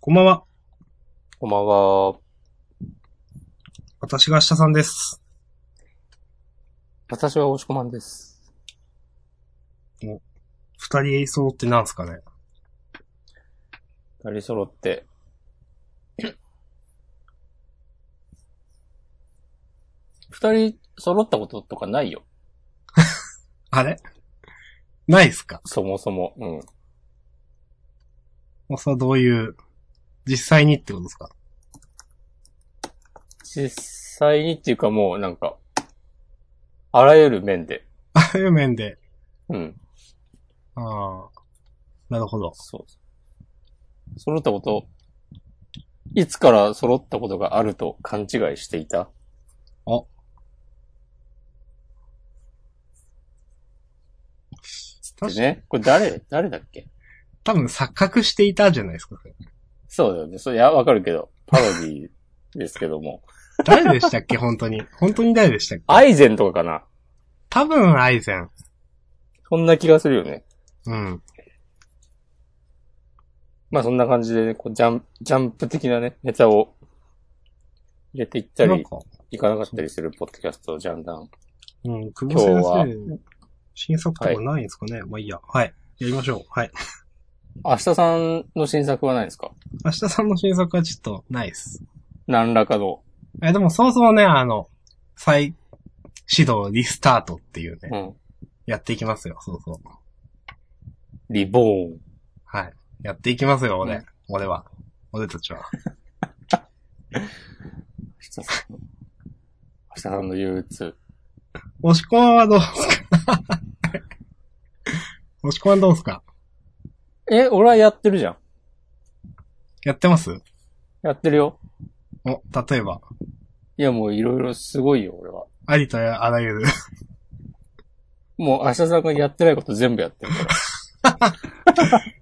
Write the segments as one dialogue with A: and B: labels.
A: こんばんは。
B: こんばんは。
A: 私が明日さんです。
B: 私は押し込まんです。
A: 二人揃ってなんすかね。
B: 二人揃って。二人揃ったこととかないよ。
A: あれないっすか
B: そもそも。うん。
A: もうそれはどういう、実際にってことですか
B: 実際にっていうかもうなんか、あらゆる面で。
A: ああいう面で。
B: うん。
A: ああ。なるほど。
B: そう。揃ったこと、いつから揃ったことがあると勘違いしていたで
A: 確か
B: ね。これ誰、誰だっけ
A: 多分錯覚していたじゃないですか。
B: そうだよね。それ、いや、わかるけど、パロディですけども。
A: 誰でしたっけ本当に。本当に誰でしたっけ
B: アイゼンとかかな
A: 多分アイゼン。
B: そんな気がするよね。
A: うん。
B: まあそんな感じでね、こうジャン、ジャンプ的なね、ネタを入れていった
A: なん
B: り、
A: か、
B: いかなかったりするポッドキャストをジャンダン。
A: うん、久保先生、新作とかないんですかね、まあいいや。はい。やりましょう。はい。
B: 明日さんの新作はないですか
A: 明日さんの新作はちょっとないです。
B: 何らかの。
A: え、でもそもそもね、あの、再始動リスタートっていうね、
B: うん。
A: やっていきますよ、そうそう。
B: リボーン。
A: はい。やっていきますよ、俺。
B: うん
A: 俺は。俺たちは。
B: 明日さんの。明日さんの憂鬱。
A: 押し込まんはどうすか 押し込まんどうすか
B: え、俺はやってるじゃん。
A: やってます
B: やってるよ。
A: お、例えば、
B: いやもういろいろすごいよ、俺は。
A: ありとあらゆる。
B: もう明日さんがやってないこと全部やってるから。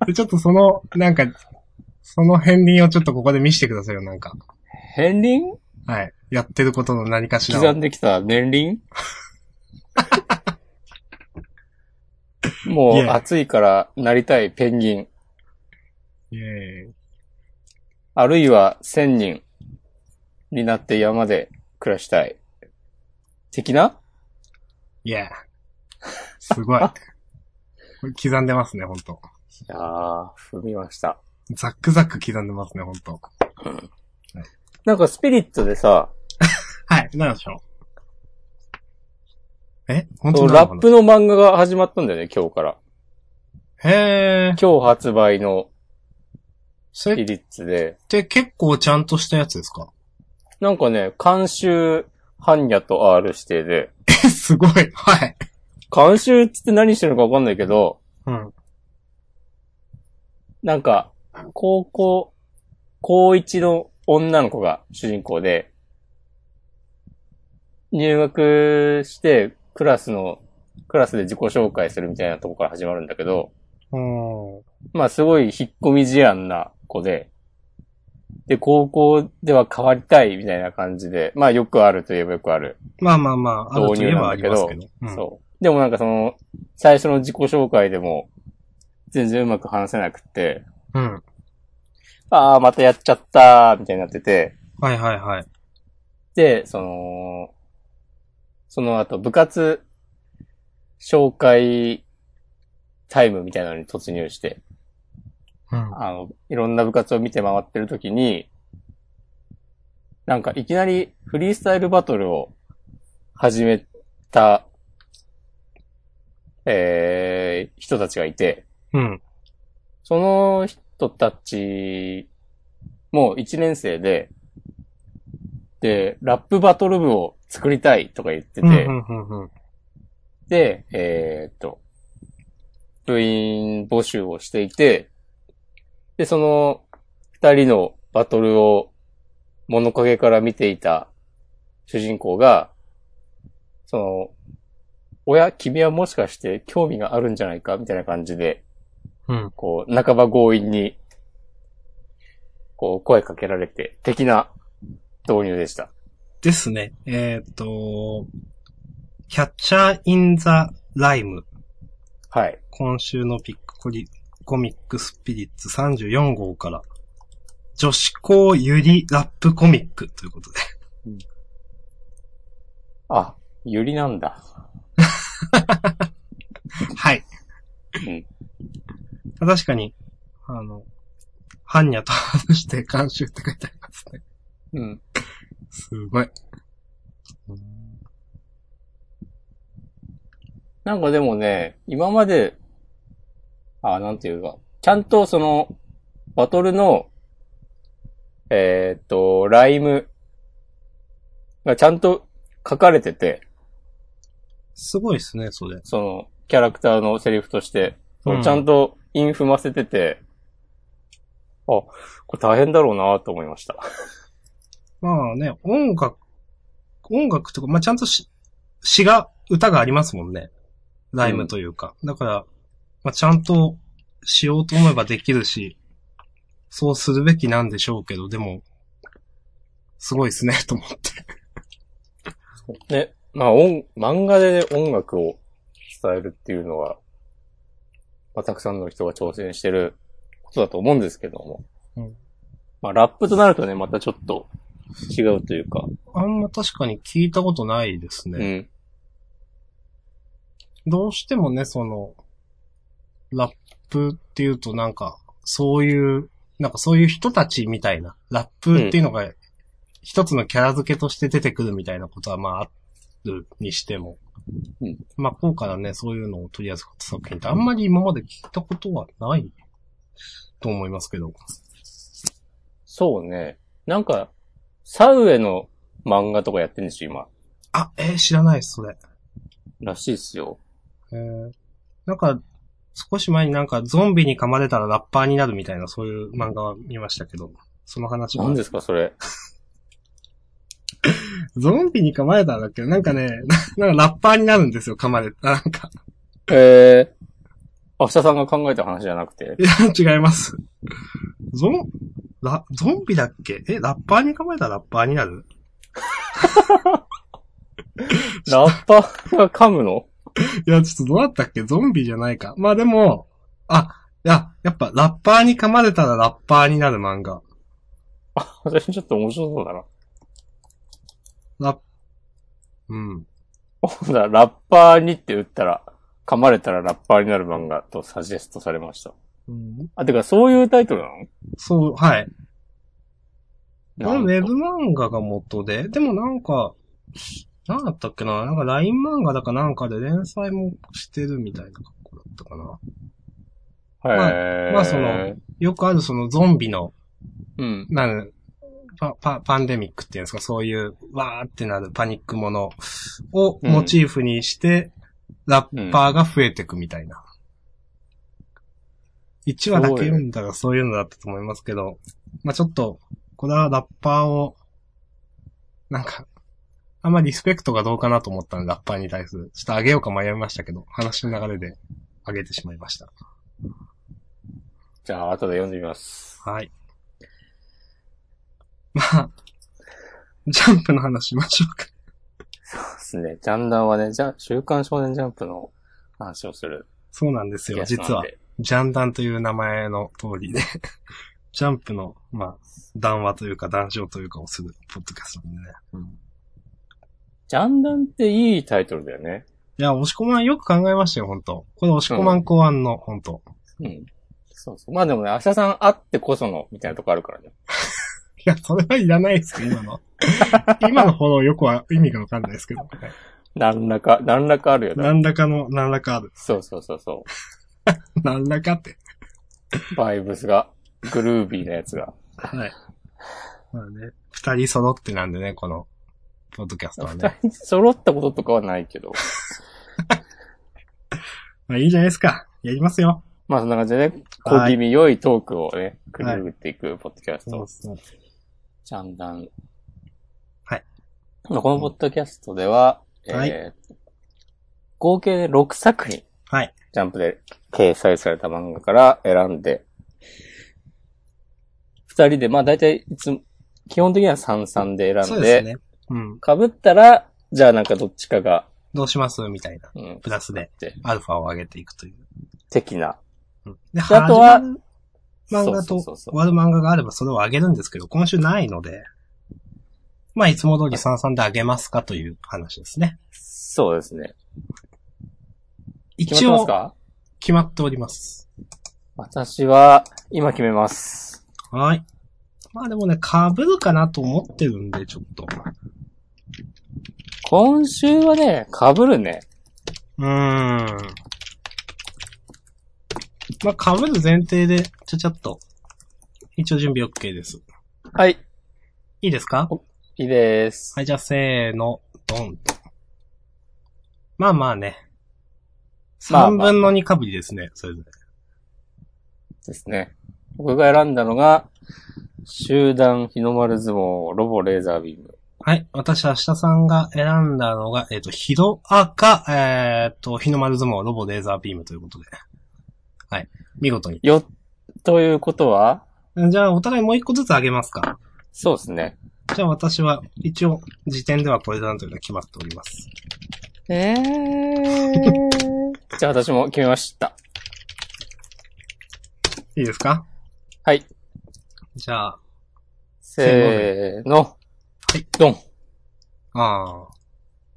A: でちょっとその、なんか、その片鱗をちょっとここで見せてくださいよ、なんか。
B: 片鱗
A: はい。やってることの何かしらを。
B: 刻んできた年 輪も
A: いうや
B: 暑いからなりたいペンギン、
A: イェーイ
B: あるいは千人になって山で暮らしたい。的な
A: イェー。す ごい。これ刻んでますね、ほんと。
B: いやー、踏みました。
A: ザックザック刻んでますね、ほんと。
B: なんかスピリットでさ、
A: はい、なんでしょう。え本当
B: そう
A: にな
B: ラ
A: のか
B: ッ
A: な
B: プの漫画が始まったんだよね、今日から。
A: へー。
B: 今日発売の
A: そ
B: ス
A: れ
B: ピ
A: っ
B: リッツで、
A: て結構ちゃんとしたやつですか
B: なんかね、監修、般若と R 指定で、
A: え、すごい。はい。
B: 監修っつって何してるのかわかんないけど、
A: うん。
B: なんか、高校、高一の女の子が主人公で、入学して、クラスの、クラスで自己紹介するみたいなとこから始まるんだけど、
A: う
B: まあすごい引っ込み思案な子で、で、高校では変わりたいみたいな感じで、まあよくあるといえばよくある。
A: ん。まあまあまあ、あるといえばありますけど。うん
B: そう。でもなんかその、最初の自己紹介でも、全然うまく話せなくって、
A: うん。
B: ああ、またやっちゃったー、みたいになってて、
A: はいはいはい。
B: で、その、その後部活紹介タイムみたいなのに突入して、
A: うん。
B: あの、いろんな部活を見て回ってる時に、なんかいきなりフリースタイルバトルを始めた、えー、人たちがいて、
A: うん。
B: その人たちも1年生で、で、ラップバトル部を作りたいとか言ってて、
A: うんうんうんうん。
B: で、えーっと、部員募集をしていて、で、その二人のバトルを物陰から見ていた主人公が、その、親、君はもしかして興味があるんじゃないかみたいな感じで、
A: うん。
B: こう、半ば強引に、こう、声かけられて、的な導入でした。
A: ですね。えっと、キャッチャー・イン・ザ・ライム。
B: はい。
A: 今週のピックコリコミックスピリッツ34号から女子校ゆりラップコミックということで。
B: あ、ゆりなんだ。
A: はい。
B: うん
A: 確かに、あの、般若と話して監修って書いてありますね。
B: うん。
A: すごい。
B: なんかでもね、今まで、あ、なんていうか、ちゃんとその、バトルの、えーっと、ライムがちゃんと書かれてて、
A: すごいですね、それ。
B: その、キャラクターのセリフとして、そう
A: うん
B: ちゃんとイン踏ませてて、あ、これ大変だろうなと思いました。
A: まあね、音楽、音楽とか、まあちゃんとし詩が、歌がありますもんね。ライムというか。だから、まあちゃんとしようと思えばできるし、そうするべきなんでしょうけど、でも、すごいですね、と思って。
B: ね、まあ音、漫画で音楽を伝えるっていうのは、まあ、たくさんの人が挑戦してることだと思うんですけども。
A: うん
B: まあ、ラップとなるとね、またちょっと違うというか。
A: あんま確かに聞いたことないですね。
B: うん。
A: どうしてもね、その、ラップっていうとなんか、そういう、なんかそういう人たちみたいな、ラップっていうのが、一つのキャラ付けとして出てくるみたいなことはまあ、あるにしても。
B: うん
A: まあ、今回はね、そういうのを取り扱った作品ってあんまり今まで聞いたことはないと思いますけど。
B: そうね。なんか、サウエの漫画とかやってるんですよ、今。
A: あ、えー知らないです、それ。
B: らしいっすよ。
A: えーなんか、少し前になんかゾンビに噛まれたらラッパーになるみたいなそういう漫画は見ましたけど、その話も
B: 何ですか、それ。
A: ゾンビに噛まれたらだっけど、なんかね、 ななんかラッパーになるんですよ、噛まれ た。なんか、
B: えー、明日さんが考えた話じゃなくて。
A: いや、違います。ゾン、ラ、ゾンビだっけえ、ラッパーに噛まれたらラッパーになる
B: ラッパーが噛むの
A: いや、ちょっとどうだったっけゾンビじゃないか。まあでも、あ、いや、やっぱラッパーに噛まれたらラッパーになる漫画。
B: 私ちょっと面白そうだな。
A: ラッ、うん。
B: ほ ら、ラッパーにって打ったら、噛まれたらラッパーになる漫画とサジェストされました。
A: うん、
B: あ、てか、そういうタイトルな
A: そう、はい。こ
B: の
A: れウェ
B: なんと
A: ブ漫画が元で、でもなんか、なんだったっけななんか LINE 漫画だかなんかで連載もしてるみたいな格好だったかな。
B: へー
A: まあその、よくあるそのゾンビの、
B: うん。
A: なる、パ、パ、パンデミックっていうんですか、そういう、わーってなるパニックものを
B: うん
A: モチーフにして、ラッパーが増えてくみたいな。1話だけ読んだらそういうのだったと思いますけど、まあちょっと、これはラッパーを、なんか、あんまリスペクトがどうかなと思ったんで、ラッパーに対する。ちょっとあげようか迷いましたけど、話の流れであげてしまいました。
B: じゃあ、後で読んでみます。
A: はい。まあ、ジャンプの話しましょうか。
B: そうですね。ジャンダンはね、じゃ、週刊少年ジャンプの話をする
A: そうなんですよ、
B: やつなんで。
A: 実は。ジャンダンという名前の通りで、ジャンプの、まあ、談話というか、談笑というかをするポッドキャストなんでね。
B: ジャンダンっていいタイトルだよね。
A: いや、押し込まんよく考えましたよ、本当これ押し込まん考案の、本当
B: うん。そうそう。まあでもね、明日さんあってこその、みたいなとこあるからね。
A: いや、それはいらないですけど、今の。今のフォローよくは意味がわかんないですけど。
B: 何らか、何らかあるよ。だから
A: 何らかの、何らかある。
B: そうそうそうそ
A: 何らかって。
B: う。バイブスが、グルービーなやつが。
A: はい。まあね、二人揃ってなんでね、この、ポッドキャストはね。
B: 二人揃ったこととかはないけど。
A: まあいいじゃないですか。やりますよ。
B: まあそんな感じでね、小
A: はい
B: 気味良いトークをね、繰り広げていくポッドキャスト。
A: そう。
B: ジャンダン。
A: はい。
B: まあこのポッドキャストでは、
A: はい
B: えー合計で6作品、
A: はい。
B: ジャンプで掲載された漫画から選んで、二人で、まあ大体いつも、基本的には33で選
A: そ
B: ん
A: う
B: で、
A: ですね。うん。
B: 被ったら、じゃあなんかどっちかが、
A: どうしますみたいな。
B: うん、
A: プラスで
B: で、
A: アルファを上げていくという。
B: 的な。
A: うんで、
B: あとは
A: 始まる漫画と
B: そうそうそうそう
A: 終わる漫画があればそれをあげるんですけど、今週ないので、まあいつも通り三々であげますかという話ですね。
B: そうですね。決
A: 一
B: まってます
A: 応
B: か
A: 決まっております。
B: 私は、今決めます。
A: はい。まあでもね、被るかなと思ってるんで、ちょっと。
B: 今週はね、被るね。
A: うーん。まあ被る前提で、ちゃちゃっと。一応準備 OK です。
B: はい。
A: いいですか
B: いいです。
A: はい、じゃあせーの、ドンと。まあまあね。
B: まあ
A: 三
B: まあ
A: 分の二かぶりですね、それぞれ。
B: ですね。僕が選んだのが、集団日の丸相撲ロボレーザービーム。
A: はい、私、明日さんが選んだのが、えっ、と、ヒロアか、えっ、と、日の丸相撲、ロボ、レーザービームということで。はい、見事に。
B: よ、ということは、
A: じゃあ、お互いもう一個ずつあげますか。
B: そうですね。
A: じゃあ、私は、一応、時点ではこれだなというのは決まっております。
B: えー。 じゃあ私も決めました。
A: いいですか
B: はい。
A: じゃあ、
B: せーの。はい。ドン。
A: あー。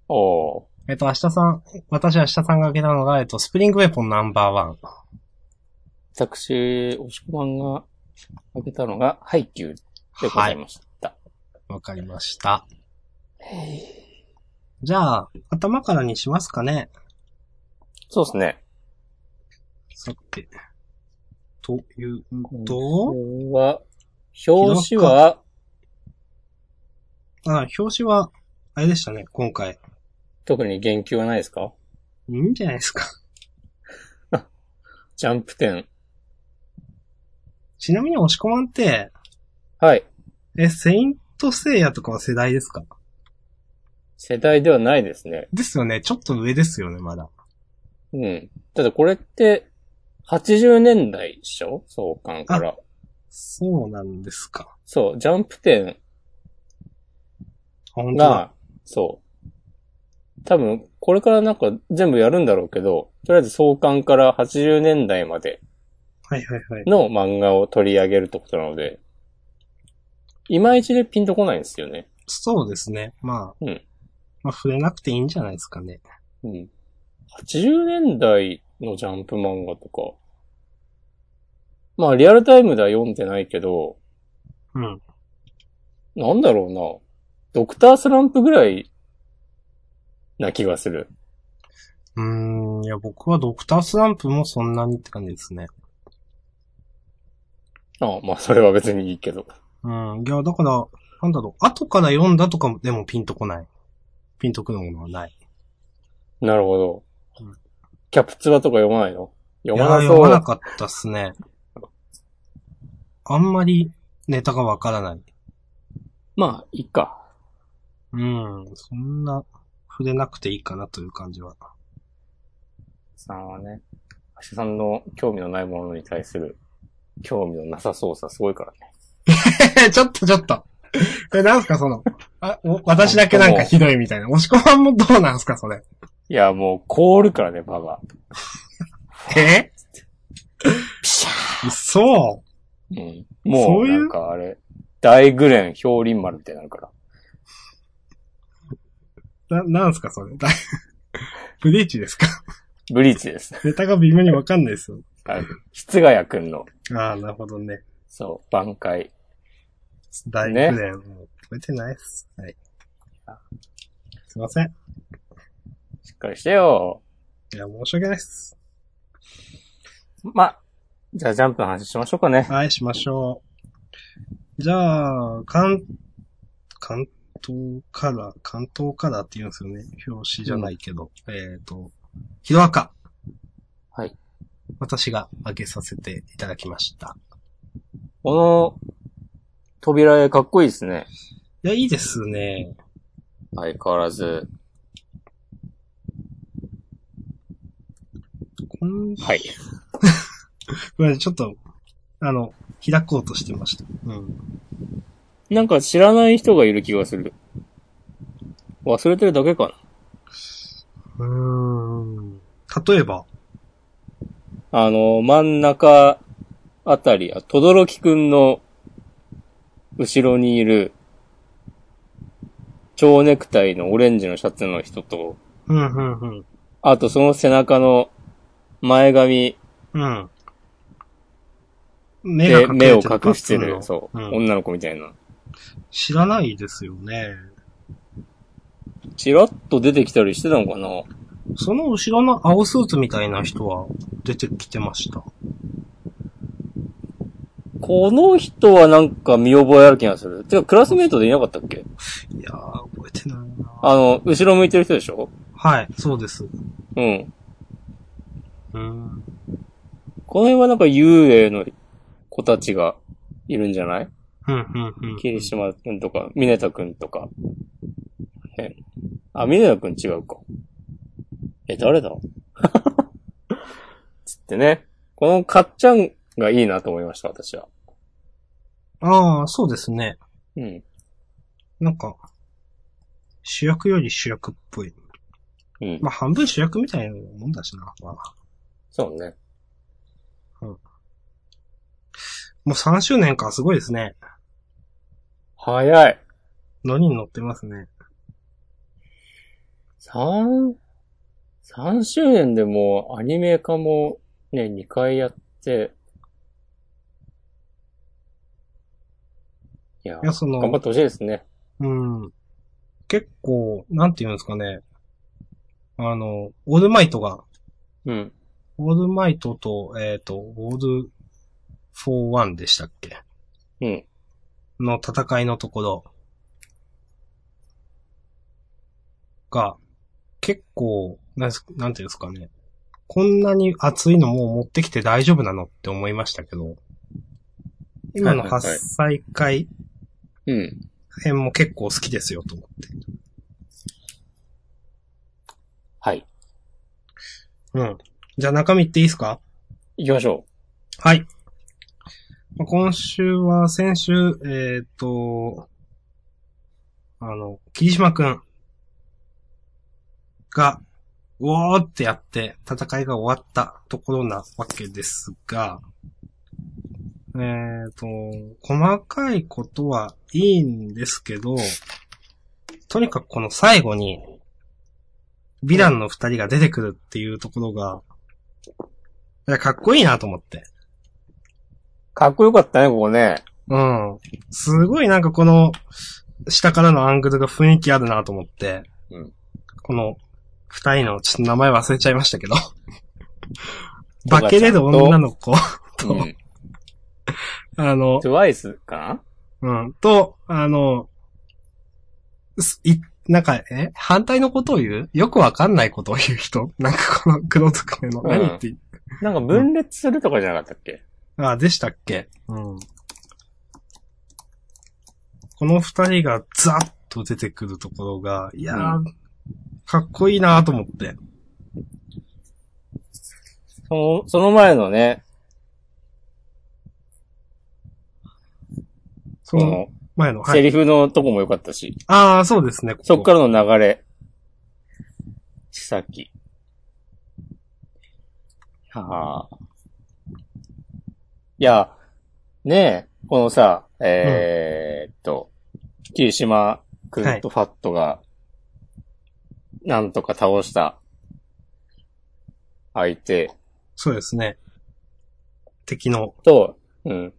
B: おー。
A: えっ、と、明日さん、私、明日さんがあげたのが、えっ、と、スプリングウェポンナンバーワン。
B: 私、押し込まんが開けたのが、ハイキューでございました。
A: わかりました。
B: はい、
A: じゃあ、頭からにしますかね。
B: そうですね。
A: さて。という、
B: ことれは、表紙は、
A: あ、表紙は、あれでしたね、今回。
B: 特に言及はないですか
A: いいんじゃないですか。
B: ジャンプ展。
A: ちなみに、押し込まんって、
B: はい。
A: え、セイントセイヤとかは世代ですか
B: 世代ではないですね。
A: ですよね、ちょっと上ですよね、まだ。
B: うん。ただこれって、80年代でしょ創刊から。
A: そうなんですか。
B: そう、ジャンプ展
A: 本当だ。
B: が、そう。多分、これからなんか全部やるんだろうけど、とりあえず創刊から80年代まで
A: はいはいはい。
B: の漫画を取り上げるってことなので、いまいちでピンとこないんですよね。
A: そうですね、まあ。
B: うん
A: まあ、触れなくていいんじゃないですかね。
B: うん。80年代のジャンプ漫画とか、まあリアルタイムでは読んでないけど、
A: うん。
B: なんだろうな。ドクタースランプぐらいな気がする。
A: うーん、いや、僕はドクタースランプもそんなにって感じですね。
B: ああまあそれは別にいいけど。
A: うん。いや、だから、なんだろう、後から読んだとかも、でもピンとこない。ピンとくるものはない。
B: なるほど
A: うん。
B: キャプツバとか読まないの読ま
A: い
B: な
A: や
B: そ
A: 読まな
B: う。
A: かったっすね。あんまりネタがわからない。
B: まあ、いいか。
A: うん。そんな、触れなくていいかなという感じは。
B: さんはね、アシさんの興味のないものに対する興味のなさそうさすごいからね。
A: ちょっとちょっと。え、なんすかその、あ、お私だけなんかひどいみたいな。押し込まんもどうなんすかそれ。
B: いや、もう凍るからね、ババ。
A: え
B: ピシャ
A: そう。
B: うん。も
A: そう
B: う、
A: いう
B: なんかあれ、大紅蓮氷林丸みたいになるか
A: な、
B: ら。
A: なんすかそれ。だブリーチですか
B: ブリーチです。
A: ネタが微妙にわかんないですよ。
B: あの室ヶ谷くんの、
A: ああ、なるほどね。
B: そう、挽回。
A: 大
B: ね
A: 学年、もう超えてないっす。はい。すいません。
B: しっかりしてよ。
A: いや、申し訳ないっす。
B: まあ、じゃあジャンプの話しましょうかね。
A: はい、しましょう。じゃあ、関、関東から、関東からって言うんですよね。表紙じゃないけど。えっ、と、ヒロアカ。
B: はい。
A: 私が上げさせていただきました。
B: この、扉絵かっこいいですね。
A: いや、いいですね。
B: 相変わらず。
A: こん
B: はい。
A: これちょっと、あの、開こうとしてました。うん。
B: なんか知らない人がいる気がする。忘れてるだけか
A: うーん。例えば。
B: な。あの、真ん中あたり、あ、とどろきくんの後ろにいる、蝶ネクタイのオレンジのシャツの人と、
A: うん、うん、うん。
B: あとその背中の前髪
A: うん。目
B: で目を
A: てる
B: 隠して
A: パ
B: る、
A: ス
B: そ
A: の
B: う、
A: ん。
B: 女の子みたいな。
A: 知らないですよね。
B: チラッと出てきたりしてたのかな
A: その後ろの青スーツみたいな人は出てきてました。
B: この人はなんか見覚えある気がする。てか、クラスメイトでいなかったっけ
A: いやー、覚えてないな
B: あの、後ろ向いてる人でしょ
A: はい、そうです。
B: うん。
A: うん。
B: この辺はなんか幽霊の子たちがいるんじゃない
A: うん、うん、うん。
B: 霧島くんとか、ミネタくんとか。ね。あ、ミネタくん違うか。え、誰だ つってね。このかっちゃんがいいなと思いました、私は。
A: ああ、そうですね。
B: うん。
A: なんか、主役より主役っぽい。
B: うん。
A: まあ、半分主役みたいなもんだしな。まあ
B: そうね。
A: もう3周年か、すごいですね。
B: 早い。
A: 乗りに乗ってますね。
B: 三、三周年でもうアニメ化もね、二回やって、いや
A: い、や、その、
B: 頑張ってほしいですね。
A: うん。結構、なんて言うんですかね。あの、オールマイトが、
B: うん。
A: オールマイトと、えっ、と、オールフォーワンでしたっけ
B: うん。
A: の戦いのところが、結構、なんすなんていうんですかね。こんなに熱いのもう持ってきて大丈夫なのって思いましたけど、今の
B: はいはいはい
A: 8歳会
B: うん。
A: 編も結構好きですよと思って。
B: はい。
A: うん。じゃあ中身っていいですか
B: 行きましょ
A: はい。まあ今週は、先週、えっ、と、あの、霧島くんが、うおーってやって、戦いが終わったところなわけですが、えっ、と、細かいことはいいんですけど、とにかくこの最後に、ヴィランの二人が出てくるっていうところが、いや、かっこいいなと思って。
B: う。かっこよかったね、ここね。
A: うん。すごいなんかこの、下からのアングルが雰囲気あるなと思って。
B: うん
A: この、二人の、ちょっと名前忘れちゃいましたけど。化けれる女の 子
B: う
A: と、
B: ん。
A: あの、
B: トゥワイスかな
A: うん、と、あの、すい、なんか、え反対のことを言うよくわかんないことを言う人なんかこの黒ずくめの、
B: うん
A: 何言ってい
B: なんか分裂するとかじゃなかったっけ
A: あ、でしたっけうん。この二人がザッと出てくるところが、いやー、
B: う
A: かっこいいなーと思って。
B: その、その前のね、
A: そ
B: そ
A: の
B: の、
A: 前の、は
B: セ
A: い。
B: リフのとこも良かったし、
A: ああ、そうですね。ここ
B: そっからの流れ。さっき。はあ。いや、ねえ、このさ、えーっと、霧島くんとファットが、なんとか倒した相手
A: そうですね。敵の、
B: と、うん。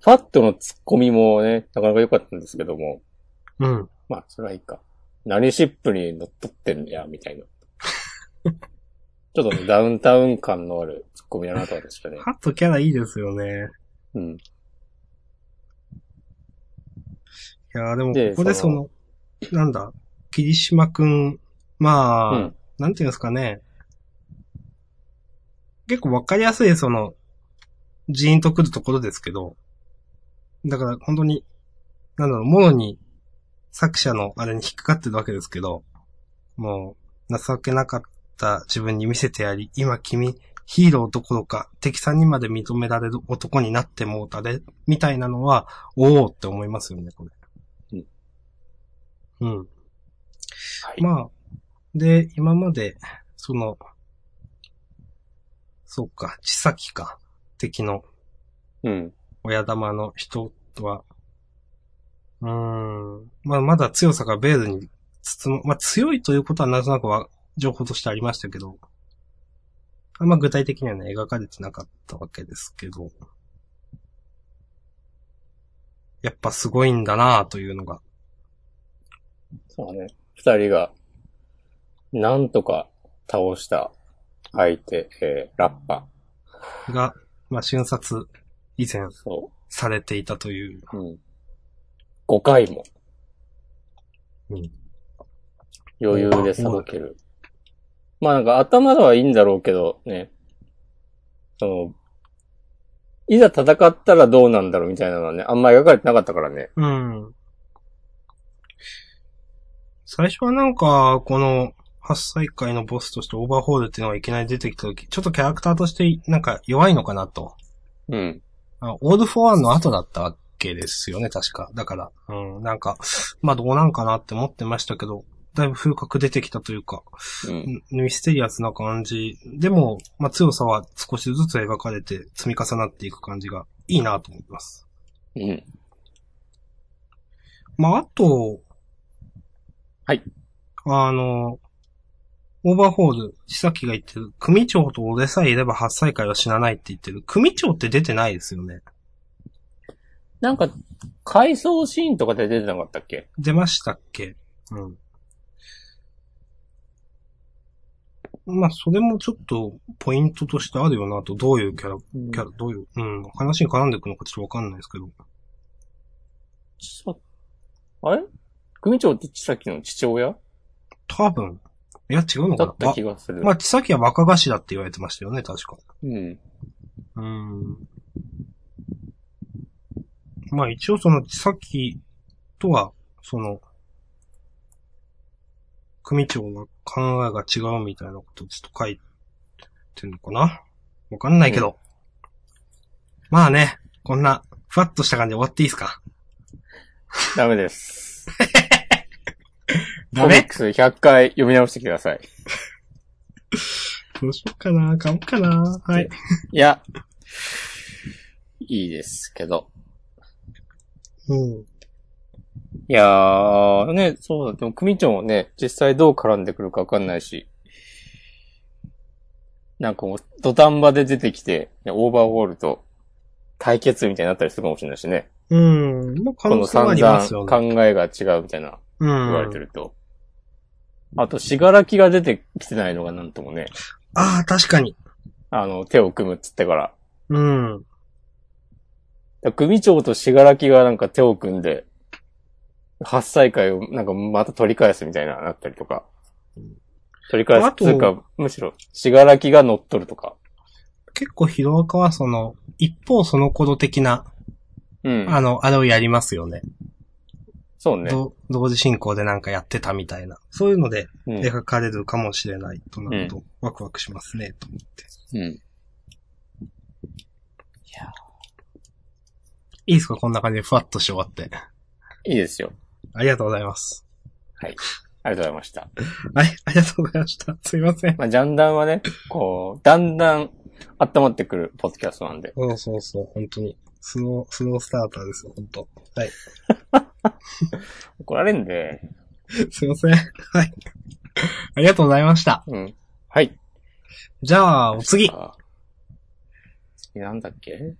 B: ファットのツッコミもね、なかなか良かったんですけども、
A: うん。
B: まあ、それはいいか。何シップに乗っ取ってんねや、みたいな。 ちょっとね、ダウンタウン感のあるツッコミだなと私はね。
A: ハットキャラいいですよね。
B: うん。
A: いやー、でも
B: で
A: ここでその、なんだ、霧島くん、ま
B: う
A: あ、
B: ん。
A: なんていうんですかね。結構わかりやすい、その、ジーンとくるところですけど。だから本当に、なんだろう、ものに、作者のあれに引っかかってるわけですけど、もう、情けなかった自分に見せてやり、今君、ヒーローどころか、敵さんにまで認められる男になってもうたれ、みたいなのは、おおって思いますよね、これ。うん。うん。
B: はい。
A: まあ、で、今まで、その、そうか、千崎か、敵の
B: うん。
A: 親玉の人とは。うーん。まあ、まだ強さがベールに包む。まあ、強いということはなんとなくは情報としてありましたけど、あんま具体的にはね、描かれてなかったわけですけど、やっぱすごいんだなというのが。
B: そうね。二人が、なんとか倒した相手、えー、ラッパ。
A: が、まあ、瞬殺以前
B: そ
A: されていたという。
B: う。うん。5回も
A: うん。
B: 余裕でさばける。まあなんか頭ではいいんだろうけど、ね。その、いざ戦ったらどうなんだろうみたいなのはね、あんま描かれてなかったからね。
A: うん。最初はなんか、この、8歳会のボスとしてオーバーホールっていうのがいきなり出てきたとき、ちょっとキャラクターとしてなんか弱いのかなと。
B: うん。
A: あオールフォーワンの後だったわけですよね、確か。だから、うん、なんか、まあどうなんかなって思ってましたけど、だいぶ風格出てきたというか、
B: うん。
A: うんミステリアスな感じ。でも、まあ強さは少しずつ描かれて積み重なっていく感じがいいなと思います。
B: うん。
A: まあ、あと、
B: はい。
A: あの、オーバーホール、ちさきが言ってる、組長と俺さえいれば8歳から死なないって言ってる。組長って出てないですよね。
B: なんか、回想シーンとかで出てなかったっけ
A: 出ましたっけうん。まあ、それもちょっと、ポイントとしてあるよなと、どういうキャラ、キャラ、どういう、うん、話に絡んでいくのかちょっとわかんないですけど。
B: ちさあれ組長ってさっきの父親
A: 多分、いや、違うの
B: だ
A: か
B: った
A: な。
B: 気がする。
A: まあ、ちさきは若頭って言われてましたよね、確か。
B: うん。
A: うーんまあ一応その、さっきとは、その、組長の考えが違うみたいなことをちょっと書いてんのかなわかんないけど。まあね、こんな、ふわっとした感じで終わっていいですか
B: ダメ です。
A: ダ
B: コミッ
A: メ
B: クス100回読み直してください。
A: どうしようかな買おうかなはい。
B: いや、いいですけど。
A: うん。
B: いやー、ね、そうだ。でも組長もね、実際どう絡んでくるかわかんないし。なんかもう、土壇場で出てきて、ねオーバーホールと対決みたいになったりするかもしれないしね。
A: うん。まあ可
B: こ
A: 能
B: の
A: 性はあ
B: 散
A: ります
B: 々
A: よね。
B: 考えが違うみたいな。
A: うん。
B: 言われてると。あと、しがらきが出てきてないのがなんともね、
A: ああ、確かに。
B: あの、手を組むっつってから。だか
A: うん。
B: ら組長としがらきがなんか手を組んで、8歳会をなんかまた取り返すみたいな、なったりとか。取り返す
A: あ
B: と
A: と
B: いうか、むしろ、しがらきが乗っとるとか。
A: 結構ヒロアカはその、一方その頃的な、
B: うん。
A: あの、あれをやりますよね。
B: そうね。
A: ど同時進行でなんかやってたみたいな。そういうので
B: うん。
A: 描かれるかもしれないとなると、ワクワクしますね、と思って。
B: うん。い
A: いいですかこんな感じでふわっとして終わって。
B: いですよ。
A: ありがとうございます。
B: ありがとうございました。
A: はい、ありがとうございました。 すいません。
B: まあ、ジャンダンはね、こう、だんだん温まってくるポッドキャストなんで。
A: そうそうそう、本当に。スロー、スロースターターですよ、本当はい。
B: 怒られんで。
A: すいません。はい。ありがとうございました。
B: うん。はい。
A: じゃあ、お次。
B: あ次なんだっけ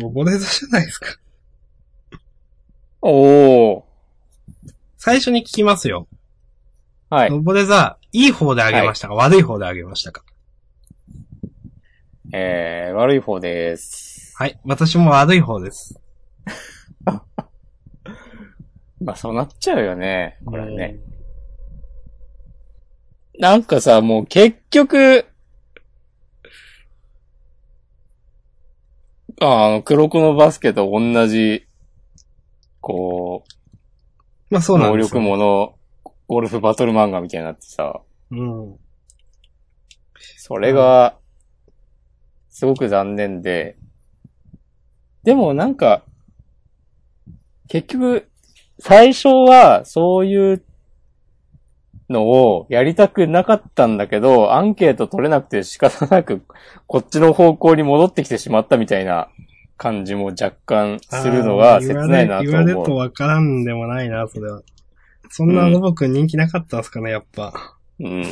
A: 溺れずじゃないですか。
B: おお
A: 最初に聞きますよ。
B: はい。
A: のぼれざ、いい方であげましたか、悪い方であげましたか
B: えー、悪い方です。
A: はい。私も悪い方です。
B: まあ、そうなっちゃうよね。これはね。なんかさ、もう結局、ああの、黒子のバスケと同じ、こ、
A: まあそううなん
B: 能
A: です
B: 力
A: よ。
B: もの、ゴルフバトル漫画みたいになってさ、
A: うん。
B: それが、すごく残念で、でもなんか、結局、最初は、そういう、のをやりたくなかったんだけど、アンケート取れなくて仕方なく、こっちの方向に戻ってきてしまったみたいな感じも若干するのが切ないな
A: あー
B: と
A: 言われ言われ
B: 思
A: と
B: う。
A: わからんでもないな、それは。そんな
B: うん
A: あの僕人気なかったんですかね、やっぱ。
B: うん。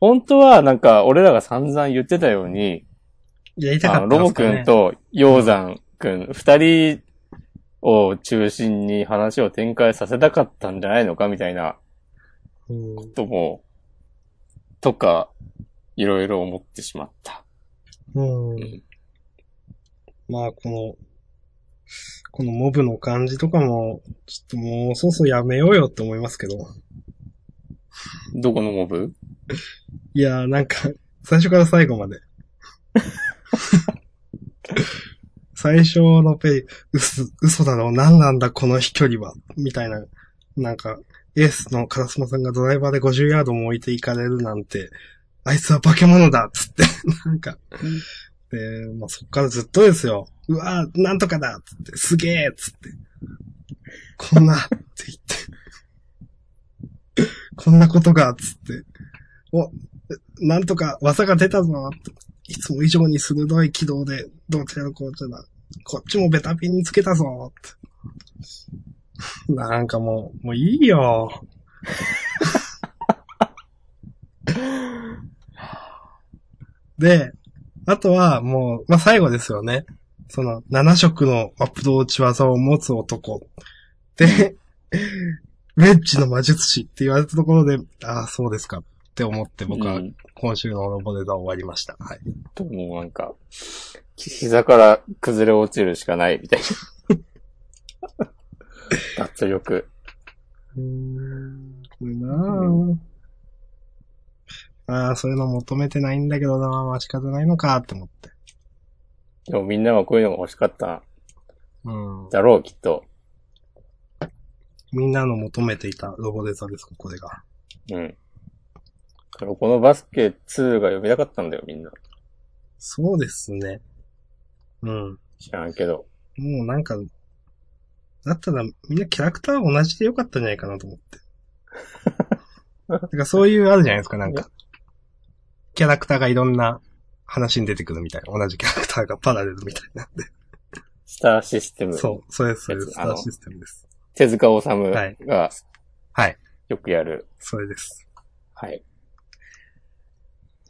B: 本当はなんか俺らが散々言ってたように、
A: やりたか
B: あの
A: った
B: ロ
A: んで
B: ボ
A: すか
B: く
A: ね
B: ん。と鷹山くん、二人を中心に話を展開させたかったんじゃないのかみたいな
A: うん
B: ことも、とか、いろいろ思ってしまった。
A: うん。まあ、この、このモブの感じとかも、ちょっともうそろそろやめようよって思いますけど。
B: どこのモブ
A: いやーなんか、最初から最後まで。最初のペイ、嘘、嘘だろ、何なんだこの飛距離は、みたいな。なんか、エースのカラスマさんがドライバーで50ヤードも置いていかれるなんて、あいつは化け物だっつって、 なんか。で、まあ、そっからずっとですよ。うわーなんとかだっつって、すげえっつって。こんな、って言って。こんなことが、つって。お、なんとか技が出たぞいつも以上に鋭い軌道で、どうちらのこうちらだ。こっちもベタピンにつけたぞって なんかもう、もういいよ。で、あとはもう、まあ、最後ですよね。その、7色のアプローチ技を持つ男。で、 ウェッジの魔術師って言われたところで、ああ、そうですかって思って僕は
B: うん
A: 今週のロボデザ終わりました。はい。
B: と、もうなんか、き膝から崩れ落ちるしかないみたいな。 脱力。
A: うーん、ごめんなあ、ああ、そういうの求めてないんだけどなまあ仕方ないのかって思って。
B: でもみんなはこういうのが欲しかったん
A: うん。
B: だろう、きっと。
A: みんなの求めていたロボデザです、これが。
B: うん。このバスケ2が読みたかったんだよ、みんな。
A: そうですね。うん。
B: 知らんけど。
A: もうなんか、だったらみんなキャラクターは同じでよかったんじゃないかなと思って。なんかそういうあるじゃないですか、なんか。キャラクターがいろんな話に出てくるみたいな。同じキャラクターがパラレルみたいなんで。
B: スターシステム。
A: そう、そうです、そうです。スタ
B: あの
A: ーシステムです。
B: 手塚治虫が
A: はい。
B: よくやる。
A: それです。
B: はい。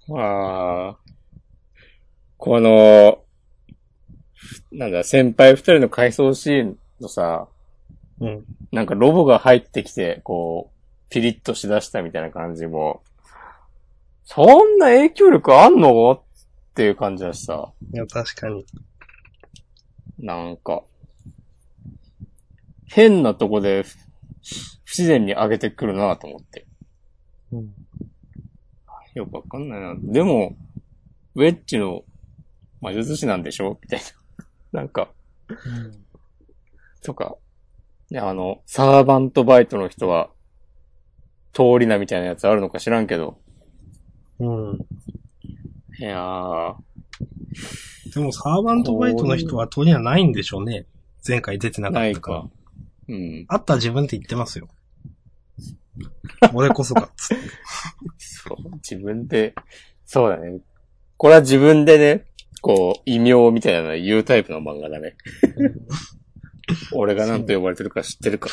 B: まあ、この、なんだ、先輩二人の回想シーンのさ、
A: うん。
B: なんかロボが入ってきて、こう、ピリッとしだしたみたいな感じも、そんな影響力あんのっていう感じだしさ、
A: いや、確かに。
B: なんか、変なとこでふ不自然に上げてくるなと思って。
A: うん。
B: よくわかんないな。でも、ウェッジの魔術師なんでしょみたいな。 なんか、とか。いや、あの、サーバントバイトの人は、通りなみたいなやつあるのか知らんけど。
A: うん。
B: いやー、
A: でも、サーバントバイトの人は鳥はないんでしょうね。前回出てなか
B: な
A: っ
B: い
A: たから。
B: か。うん。
A: あったら自分って言ってます よ。俺こそかっつって。
B: そう、自分で、そうだね。これは自分でね、こう、異名みたいなの言うタイプの漫画だね。俺が何と呼ばれてるか知ってるか。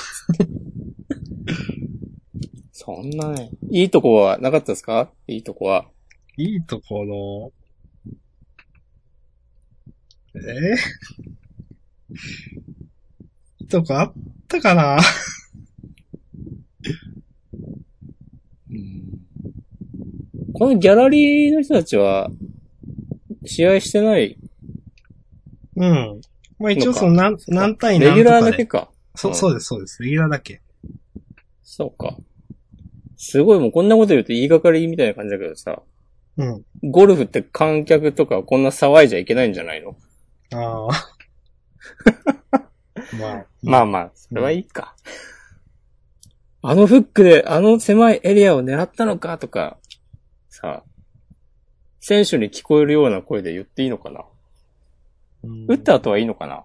B: そんなね、いいとこはなかったですかいいとこは。
A: いいところ。えー、いいとこあったかな
B: このギャラリーの人たちは、試合してない。
A: うん。まあ一応その何、何対
B: レ
A: 何
B: ギュ
A: と
B: ラー
A: か
B: だけ
A: で。
B: か。
A: そう、そうです、そうです。レギュラーだけ。
B: そうか。すごいもうこんなこと言うと言いがかりみたいな感じだけどさ。
A: うん。
B: ゴルフって観客とかこんな騒いじゃいけないんじゃないの
A: ああ。まあ、
B: まあまあ、それはいいか。あのフックであの狭いエリアを狙ったのかとか、さ、選手に聞こえるような声で言っていいのかな
A: うん
B: 打った後はいいのかな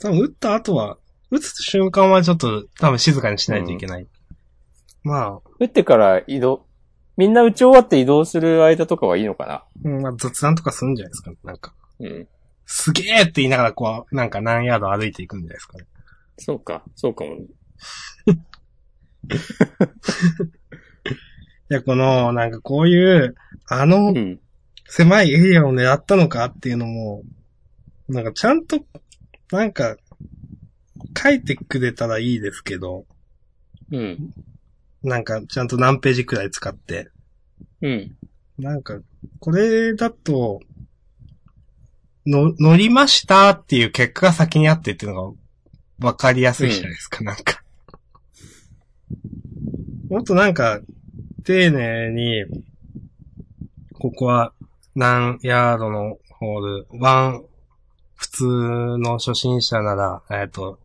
A: 多分打った後は、打つ瞬間はちょっと多分静かにしないといけない。まあ、
B: 打ってから移動、みんな打ち終わって移動する間とかはいいのか
A: うんまあ雑談とかするんじゃないですかね。なんか、
B: なうん。
A: すげえって言いながらこう、なんか何ヤード歩いていくんじゃないですかね。
B: そうか、そうかも。
A: いや、この、なんかこういう、あの
B: うん。
A: 狭いエリアを狙ったのかっていうのも、なんかちゃんと、なんか、書いてくれたらいいですけど、
B: うん。
A: なんかちゃんと何ページくらい使って、
B: うん。
A: なんか、これだと、の、乗りましたっていう結果が先にあってっていうのが分かりやすいじゃないですか、なんか。もっとなんか、丁寧に、ここは何ヤードのホール、ワン、普通の初心者なら、えっ、と、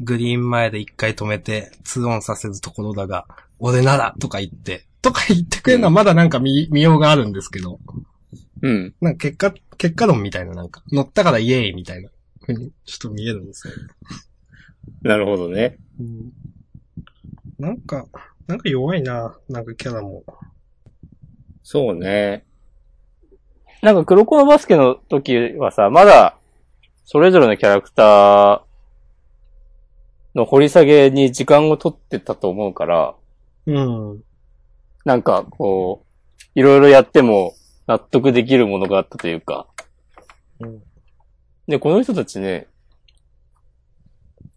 A: グリーン前で一回止めて、2オンさせるところだが、俺なら、とか言って、とか言ってくれるのはまだなんか見、見ようがあるんですけど、
B: うん。
A: なんか結果、結果論みたいななんか、乗ったからイエーイみたいな風に、ちょっと見えるんですよね。
B: なるほどね。
A: うんなんか、なんか弱いな、なんかキャラも。
B: そうね。なんか黒子のバスケの時はさ、まだ、それぞれのキャラクターの掘り下げに時間を取ってたと思うから、
A: うん。
B: なんかこう、いろいろやっても納得できるものがあったというか。
A: うん
B: で、この人たちね、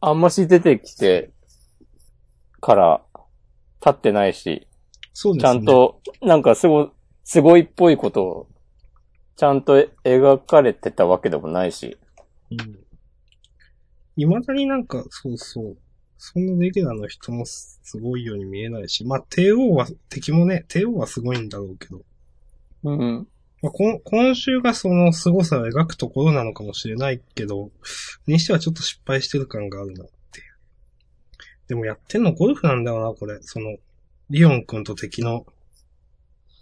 B: あんまし出てきてから経ってないし、
A: そうで
B: ち
A: すね。
B: ゃん。と、なんかすご、すごいっぽいことを、ちゃんと描かれてたわけでもないし。
A: うん。未だになんか、そうそう。そんなレギュラーの人もすごいように見えないし、まあ、帝王は、敵もね、帝王はすごいんだろうけど、
B: うん。
A: まあ、こん今週がその凄さを描くところなのかもしれないけど、にしてはちょっと失敗してる感があるなっていう。でもやってんのゴルフなんだよな、これ。その、リオン君と敵の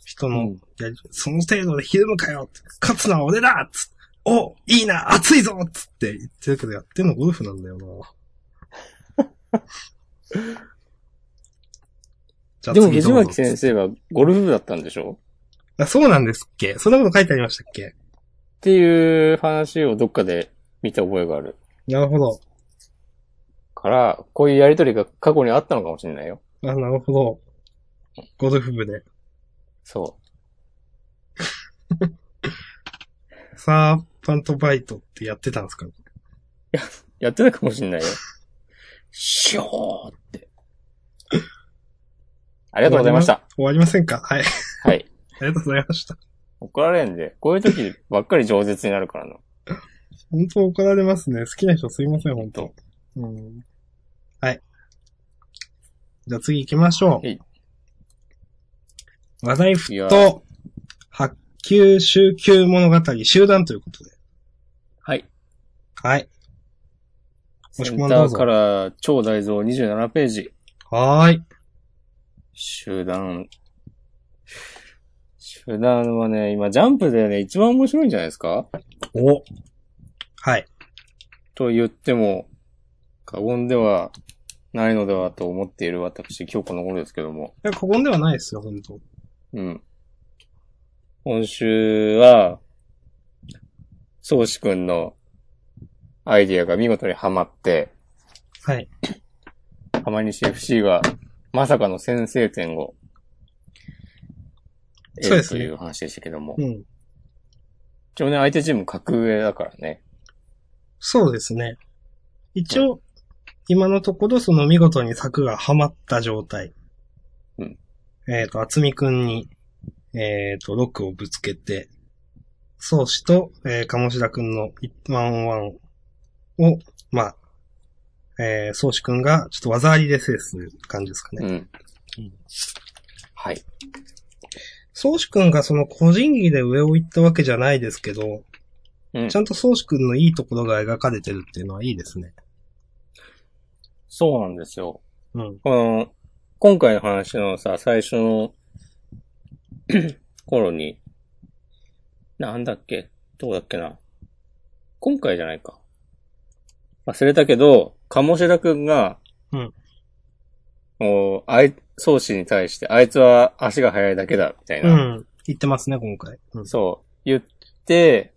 A: 人のやりその程度でひるむかよって勝つのは俺だっつっておいいな熱いぞっつって言ってるけど、やってんのゴルフなんだよな じゃあ
B: でも
A: 次
B: 藤
A: どうぞ
B: 巻先生はゴルフ部だったんでしょ
A: あそうなんですっけそんなこと書いてありましたっけ
B: っていう話をどっかで見た覚えがある。
A: なるほど。
B: から、こういうやりとりが過去にあったのかもしれないよ。
A: あ、なるほど。ゴルフ部で。
B: そ
A: サーパントバイトってやってたんですか
B: う。やってたかもしれないよ。ひょーって。ありがとうございました。
A: 終わりませんかはい。あ
B: はい。
A: りがとうございました。
B: 怒られんで。こういう時ばっかり饒舌になるからな。
A: 本当怒られますね。好きな人すいません、本当うん。はい。じゃあ次行きましょ。
B: はいう
A: 話題
B: いや
A: 沸騰、発球集球物語、集団ということで。
B: はい。
A: はい。
B: センターから超大蔵27ページ。
A: はーい。
B: 集団。集団はね、今ジャンプでね、一番面白いんじゃないですか
A: お。はい。
B: と言っても、過言ではないのではと思っている私、今日この頃ですけども。
A: いや、過言ではないですよ、本当
B: うん。今週は、宗志くんのアイディアが見事にはまって、
A: はい。
B: 浜西 FC がまさかの先制点を
A: そうで
B: 得る
A: す
B: と
A: ね
B: いう話でしたけども。
A: うん。
B: 一応ね、相手チーム格上だからね。
A: そうですね。一応、今のところその見事に柵がはまった状態。
B: うん
A: えっ、と、厚みくんに、えっ、と、ロックをぶつけて、宗師と、えー、鴨志田くんのワンワンを、まあ、えー、宗師くんがちょっと技ありで制する感じですかね。
B: うん。はい。
A: 宗師くんがその個人技で上を行ったわけじゃないですけど、
B: うん
A: ちゃんと宗師くんのいいところが描かれてるっていうのはいいですね。
B: そうなんですよ。
A: うん。
B: この、今回の話のさ、最初の 頃に、なんだっけどうだっけな今回じゃないか。忘れたけど、鴨志田くんが、
A: うん。
B: もう、あい、宗師に対して、あいつは足が速いだけだ、みたいうな。
A: ん。言ってますね、今回。うん。
B: そう、言って、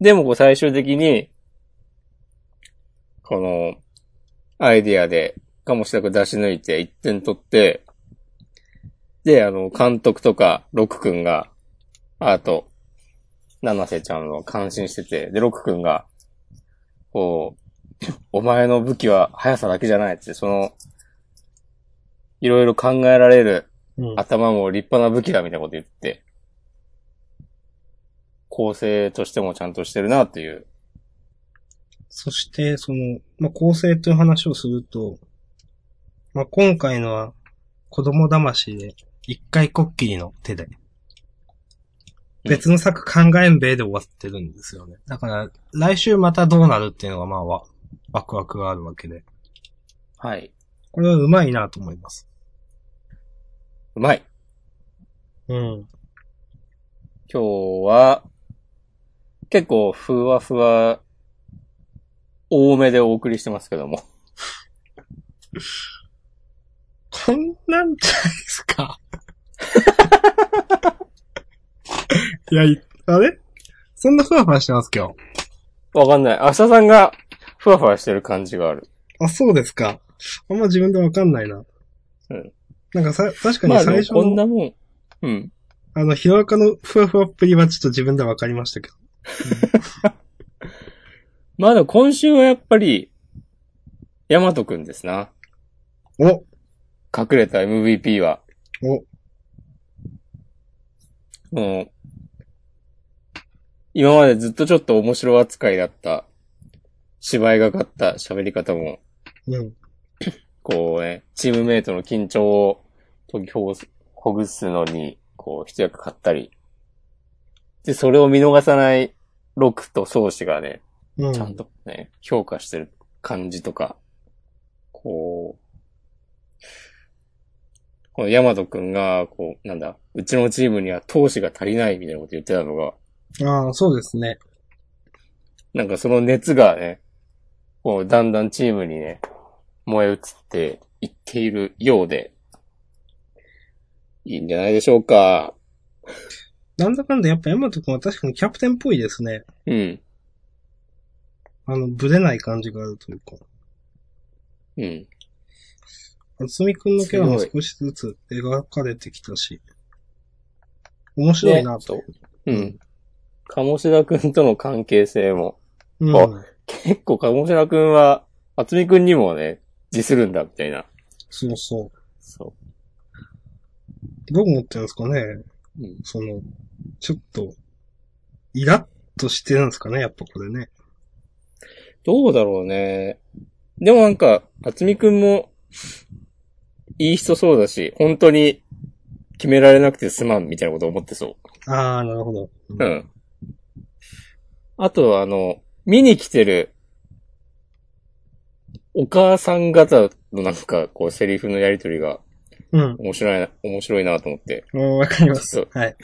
B: でもこう最終的に、この、アイディアで、かもしなく出し抜いて1点取って、で、あの、監督とか、ロク君が、あと、七瀬ちゃんを感心してて、で、ロク君が、こう、 お前の武器は速さだけじゃないって、その、いろいろ考えられる
A: うん。
B: 頭も立派な武器だみたいなこと言って、構成としてもちゃんとしてるなっていう。
A: そして、その、まあ、構成という話をすると、まあ、今回のは、子供魂で、一回こっきりの手で、別の作考えんべいで終わってるんですよね。だから、来週またどうなるっていうのが、まあ、わワクワクがあるわけで、
B: はい。
A: これはうまいなと思います。
B: うまい。
A: うん。
B: 今日は、結構ふわふわ、多めでお送りしてますけども。
A: こんなんじゃないですか。 いや、いあれそんなふわふわしてます、今日。
B: わかんない。明日さんがふわふわしてる感じがある。
A: あ、そうですか。あんま自分でわかんないな。
B: うん。
A: なんかさ、確か
B: ま
A: に
B: あで
A: 最
B: も
A: 初
B: こん
A: の、
B: なもん。うん。
A: あの、ヒロアカのふわふわっぷりはちょっと自分ではわかりましたけど。
B: まあでも今週はやっぱり、ヤマトくんですな。
A: お
B: 隠れた MVP は。
A: お
B: もう、今までずっとちょっと面白扱いだった、芝居がかった喋り方も、
A: うん。
B: こうね、チームメイトの緊張を解きほぐすほぐすのに、こう、一役買ったり。で、それを見逃さない、ロクと宗師がね、
A: うん。
B: ちゃんとね、評価してる感じとか、こう、このヤマトくんが、こう、なんだ、うちのチームには投資が足りないみたいなこと言ってたのが、
A: ああ、そうですね。
B: なんかその熱がね、こう、だんだんチームにね、燃え移っていっているようで、いいんじゃないでしょうか。
A: なんだかんだやっぱ山本くんは確かにキャプテンっぽいですね。
B: うん、
A: あの、ぶれない感じがあるというか。
B: うん。
A: あつみくんのキャラも
B: す
A: 少しずつ描かれてきたし、面白いなと。
B: ね。そううん。鴨志田くんとの関係性も、
A: うん。
B: あ結構、鴨志田くんは、厚みくんにもね、自するんだ、みたいな。
A: そうそ。
B: そう
A: どう思ってるんですかね
B: う。うん、
A: その、ちょっと、イラッとしてるんですかねやっぱこれね。
B: どうだろうね。でもなんか、厚みくんも、いい人そうだし、本当に、決められなくてすまん、みたいなこと思ってそう。
A: ああ、なるほど。
B: う
A: うん
B: ん。あと、あの、見に来てる、お母さん方のなんか、こう、セリフのやりとりが、
A: うん。
B: 面白いな、面白いなと思って。
A: うんわかります。
B: そう
A: はい。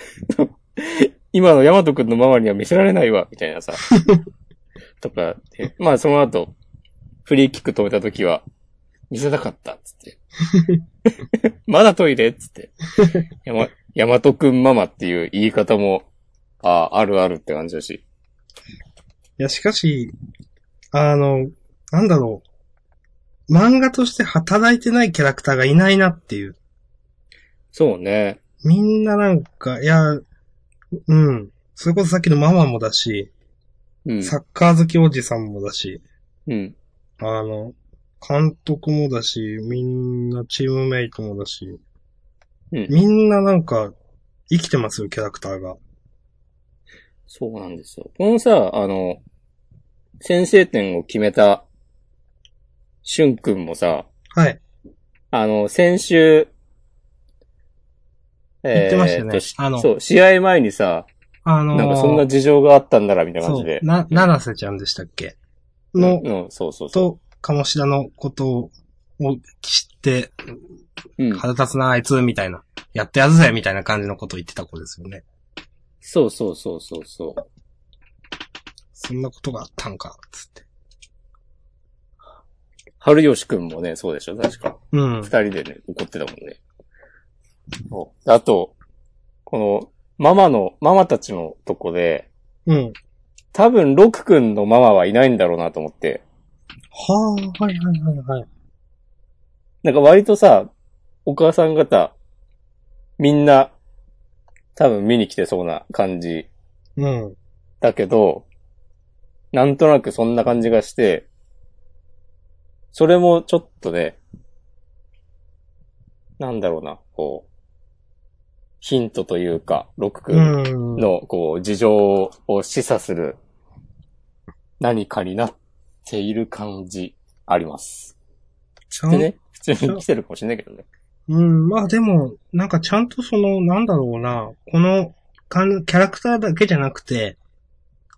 B: 今のヤマト君のママには見せられないわ、みたいなさ。とかで、まあその後、フリーキック止めた時は、見せたかった、つって。まだトイレっつって。ヤマ、ヤマト君ママっていう言い方も、ああ、あるあるって感じだし。
A: いや、しかし、あの、なんだろう。漫画として働いてないキャラクターがいないなっていう。
B: そうね。
A: みんななんか、いや、うん。それこそさっきのママもだし、
B: うん。
A: サッカー好きおじさんもだし、
B: うん。
A: あの、監督もだし、みんなチームメイトもだし、
B: うん
A: みんななんか、生きてますよ、キャラクターが。
B: そうなんですよ。このさ、あの、先制点を決めた、しゅんくんもさ、
A: はい。
B: あの、先週、
A: 言ってましたね
B: えーっと
A: あの
B: そう、試合前にさ、
A: あのー
B: なんかそんな事情があったんならみたいな感
A: そ
B: じ
A: う
B: で、。
A: な、七瀬ちゃんでしたっけの、
B: うん、そうそうそう。
A: と、鴨志田のことを知って、
B: うん、
A: 腹立つな、あいつ、みたいな。やってやるぜ、みたいな感じのことを言ってた子ですよね。
B: そうそうそうそうそう。
A: そんなことがあったんか、つって。
B: 春吉くんもね、そうでしょ確か。
A: うん
B: 二。人でね、怒ってたもんね。そうあと、この、ママの、ママたちのとこで、
A: うん。
B: 多分、ロクくんのママはいないんだろうなと思って、
A: はあ、はいはいはいはい。
B: なんか割とさ、お母さん方、みんな、多分見に来てそうな感じ
A: うん。
B: だけど、なんとなくそんな感じがして、それもちょっとね、なんだろうな、こう、ヒントというか、ロクくん
A: うん。
B: の、こう、事情を示唆する何かになっている感じあります。
A: ちゃ
B: で
A: ん、
B: ね、普通に来てるかもしれないけどね。
A: うん、まあでも、なんかちゃんとその、なんだろうな、この、かんキャラクターだけじゃなくて、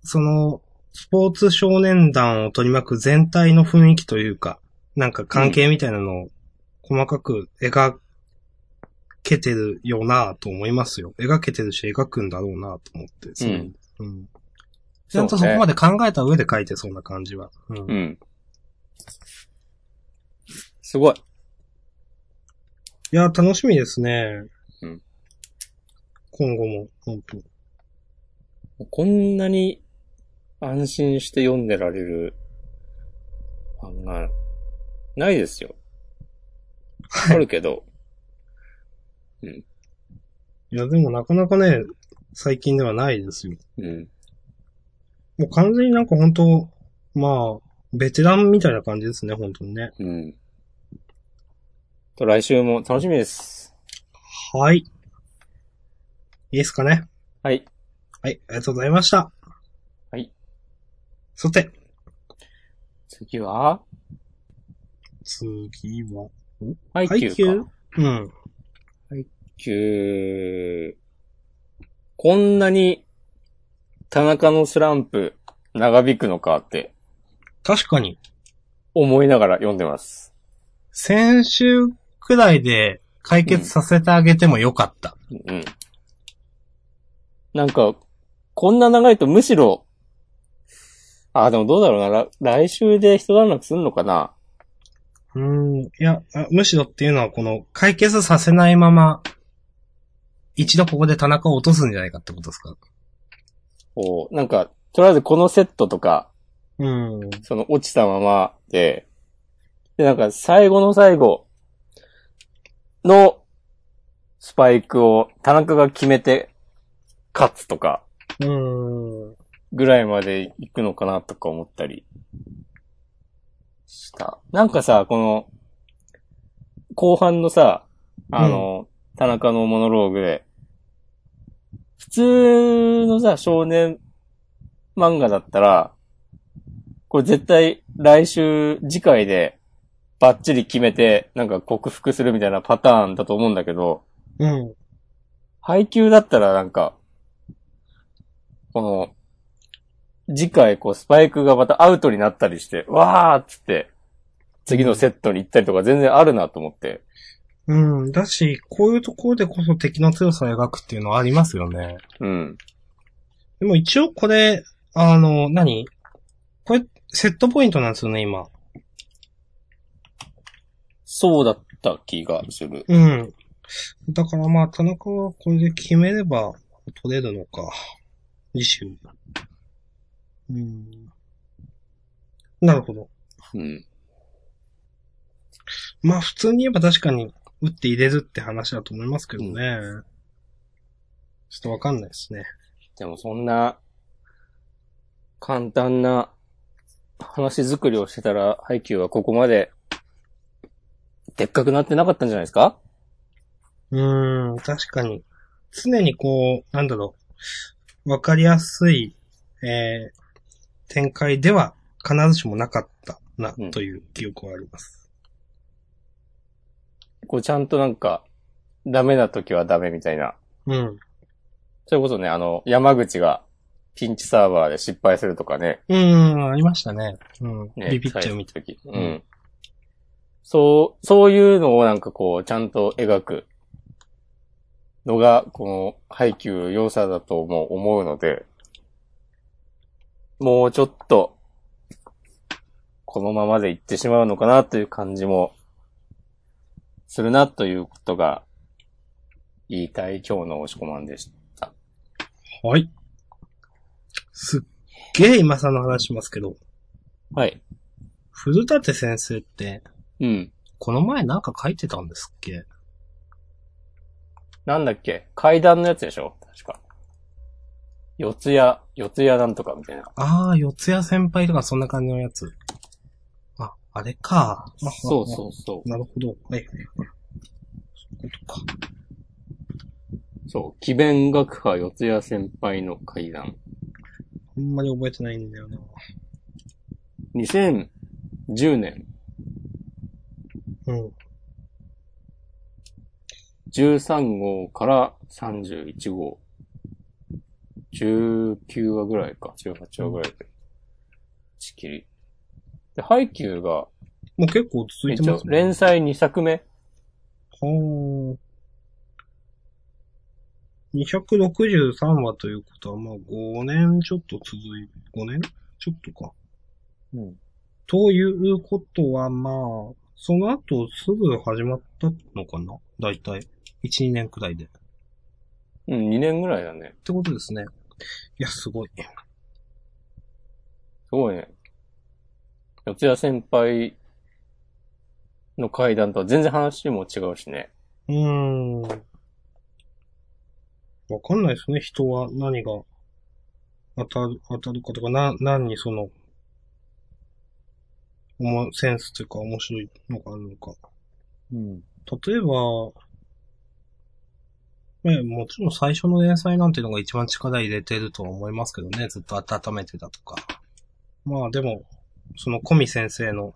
A: その、スポーツ少年団を取り巻く全体の雰囲気というか、なんか関係みたいなのを細かく描けてるよなと思いますよ。描けてるし描くんだろうなと思ってですね。うん。ちゃんとそこまで考えた上で描いてそうな感じは。うん
B: うん。すごい。
A: いや、楽しみですね。
B: うん
A: 今後も、本当
B: こんなに安心して読んでられる漫画、ないですよ。あるけど、
A: いや、でもなかなかね、最近ではないですよ。
B: うん。
A: もう完全になんか本当まあ、ベテランみたいな感じですね、本当にね。
B: うん。と、来週も楽しみです。
A: はい。いいですかね。
B: はい。
A: はい、ありがとうございました。
B: はい。
A: さて、
B: 次は、
A: 次は、
B: ハイキューか。
A: うん。
B: 9こんなに田中のスランプ長引くのかって
A: 確かに、
B: 思いながら読んでます。
A: 先週くらいで解決させてあげてもよかった。
B: うん。なんか、こんな長いとむしろ、あ、でもどうだろうな。ら来週で一段落すんのかな
A: うん、いや、あむしろっていうのはこの解決させないまま、一度ここで田中を落とすんじゃないかってことですか
B: こう、なんか、とりあえずこのセットとか、
A: うん。
B: その落ちたままで、で、なんか最後の最後のスパイクを田中が決めて勝つとか
A: うん。
B: ぐらいまで行くのかなとか思ったりした。なんかさ、この後半のさ、あの、田中のモノローグで、普通のさ、少年漫画だったら、これ絶対来週、次回で、バッチリ決めて、なんか克服するみたいなパターンだと思うんだけど、
A: うん。
B: 配給だったらなんか、この、次回こうスパイクがまたアウトになったりして、わーっつって、次のセットに行ったりとか全然あるなと思って。
A: うん。だし、こういうところでこそ敵の強さを描くっていうのはありますよね。
B: うん。
A: でも一応これ、あの、何これ、セットポイントなんですよね、今。
B: そうだった気がする。
A: うん。だからまあ、田中はこれで決めれば取れるのか。次週。うん。なるほど。
B: うん。
A: まあ普通に言えば確かに打って入れるって話だと思いますけどね。ちょっとわかんないですね。
B: でもそんな、簡単な話作りをしてたら、配給はここまで、でっかくなってなかったんじゃないですか
A: うーん、確かに。常にこう、なんだろう、わかりやすい、えー、展開では必ずしもなかったな、
B: うん
A: という記憶はあります。
B: こうちゃんとなんか、ダメな時はダメみたいな。
A: うん。
B: それこそね、あの、山口がピンチサーバーで失敗するとかね。
A: うーん、ありましたね。うん。
B: ね
A: ビビっちゃうみたい。
B: たい。う。
A: うん
B: そう、そういうのをなんかこう、ちゃんと描くのが、この、配給良さだとも思うので、もうちょっと、このままでいってしまうのかなという感じもするなということが言いたい今日の押し込まんでした。
A: はい。すっげえ今さの話しますけど、
B: はい。
A: 古舘先生って、
B: うん。
A: この前なんか書いてたんですっけ
B: なんだっけ階段のやつでしょ確か。四ツ谷、四ツ谷なんとかみたいな。
A: ああ、四谷先輩とかそんな感じのやつ。あ、あれか。まあ
B: そうそうそ
A: なるほど。はい。そういうことか。
B: う。そう。奇弁学派四ツ谷先輩の階段。
A: あんまり覚えてないんだよな。
B: 2010年
A: うん。
B: 13号から31号。19話ぐらいか。18話ぐらいで。打ち切り。で、ハイキューが、
A: もう結構続いて
B: 一
A: ま
B: 応
A: すね。
B: 連載2作目。
A: ほー。263話ということは、まあ5年ちょっと続い、5年ちょっとか。
B: うん。
A: ということは、まあ、その後すぐ始まったのかなだいたい。1、2年くらいで。っ
B: うん、2年ぐらいだね。
A: てことですね。いや、すごい。
B: すごいね。四谷先輩の階段とは全然話も違うしね。
A: うーん。わかんないですね。人は何が当たる、当たるかとか、な、何にその、おも、センスというか面白いのがあるのか。
B: うん。
A: 例えば、ね、もちろん最初の連載なんていうのが一番力入れてるとは思いますけどね、ずっと温めてたとか。まあでも、そのコミ先生の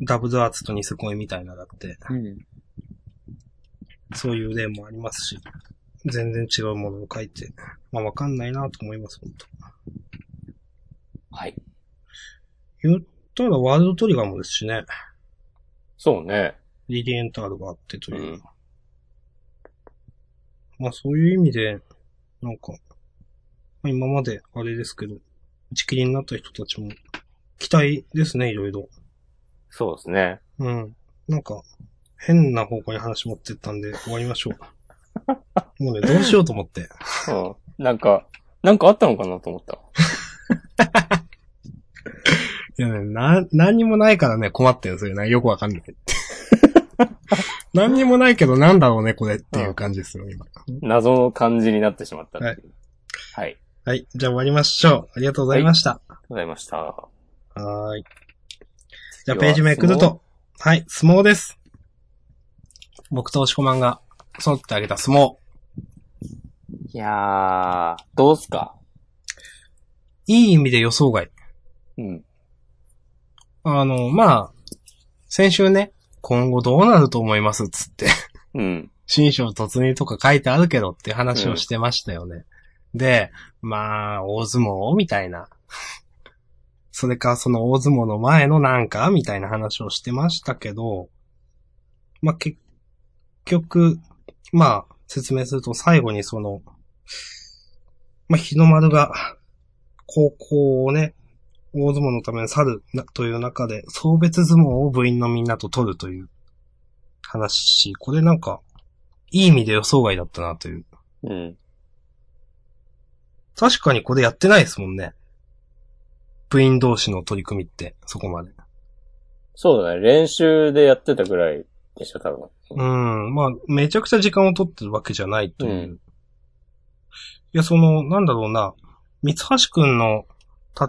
A: ダブルアーツとニセコイみたいなだって、
B: うん。
A: そういう例もありますし、全然違うものを書いて、まあわかんないなと思います、本当
B: はい。
A: 言ったらワールドトリガーもですしね、
B: そうね。
A: リリエンタールがあってと
B: う
A: いう。
B: ん。
A: まあそういう意味で、なんか、まあ、今まであれですけど、打ち切りになった人たちも、期待ですね、いろいろ。
B: そうですね。
A: うん。なんか、変な方向に話持ってったんで終わりましょう。もうね、どうしようと思って。
B: うん。なんか、なんかあったのかなと思った。
A: いやね、な、何にもないからね、困ってるんですよね。よくわかん ない。何にもないけど、なんだろうね、これっていう感じですよ、今。
B: 謎の感じになってしまったっていう。はい。あり
A: はい、じゃあ終わりましょう。ありがとうございました。
B: がとうございました。
A: はーい。じゃあページめくると。はい、相撲です。僕と押し込まんが育ってあげた相撲。
B: いやー、どうすか
A: いい意味で予想外。
B: うん。
A: あの、まあ、先週ね、今後どうなると思いますっつって、
B: うん。
A: 新章突入とか書いてあるけどっていう話をしてましたよね。で、まあ、大相撲みたいな。 それか、その大相撲の前のなんかみたいな話をしてましたけど、まあ、結局、まあ、説明すると最後にその、まあ、日の丸が、高校をね、大相撲のために去るなという中で、送別相撲を部員のみんなと取るという話。これなんか、いい意味で予想外だったなという。
B: うん。
A: 確かにこれやってないですもんね。部員同士の取り組みって、そこまで。
B: そうだね。練習でやってたぐらいでしょ、多分。
A: うん。まあ、めちゃくちゃ時間を取ってるわけじゃないという。
B: うん
A: いや、その、なんだろうな。三橋くんの、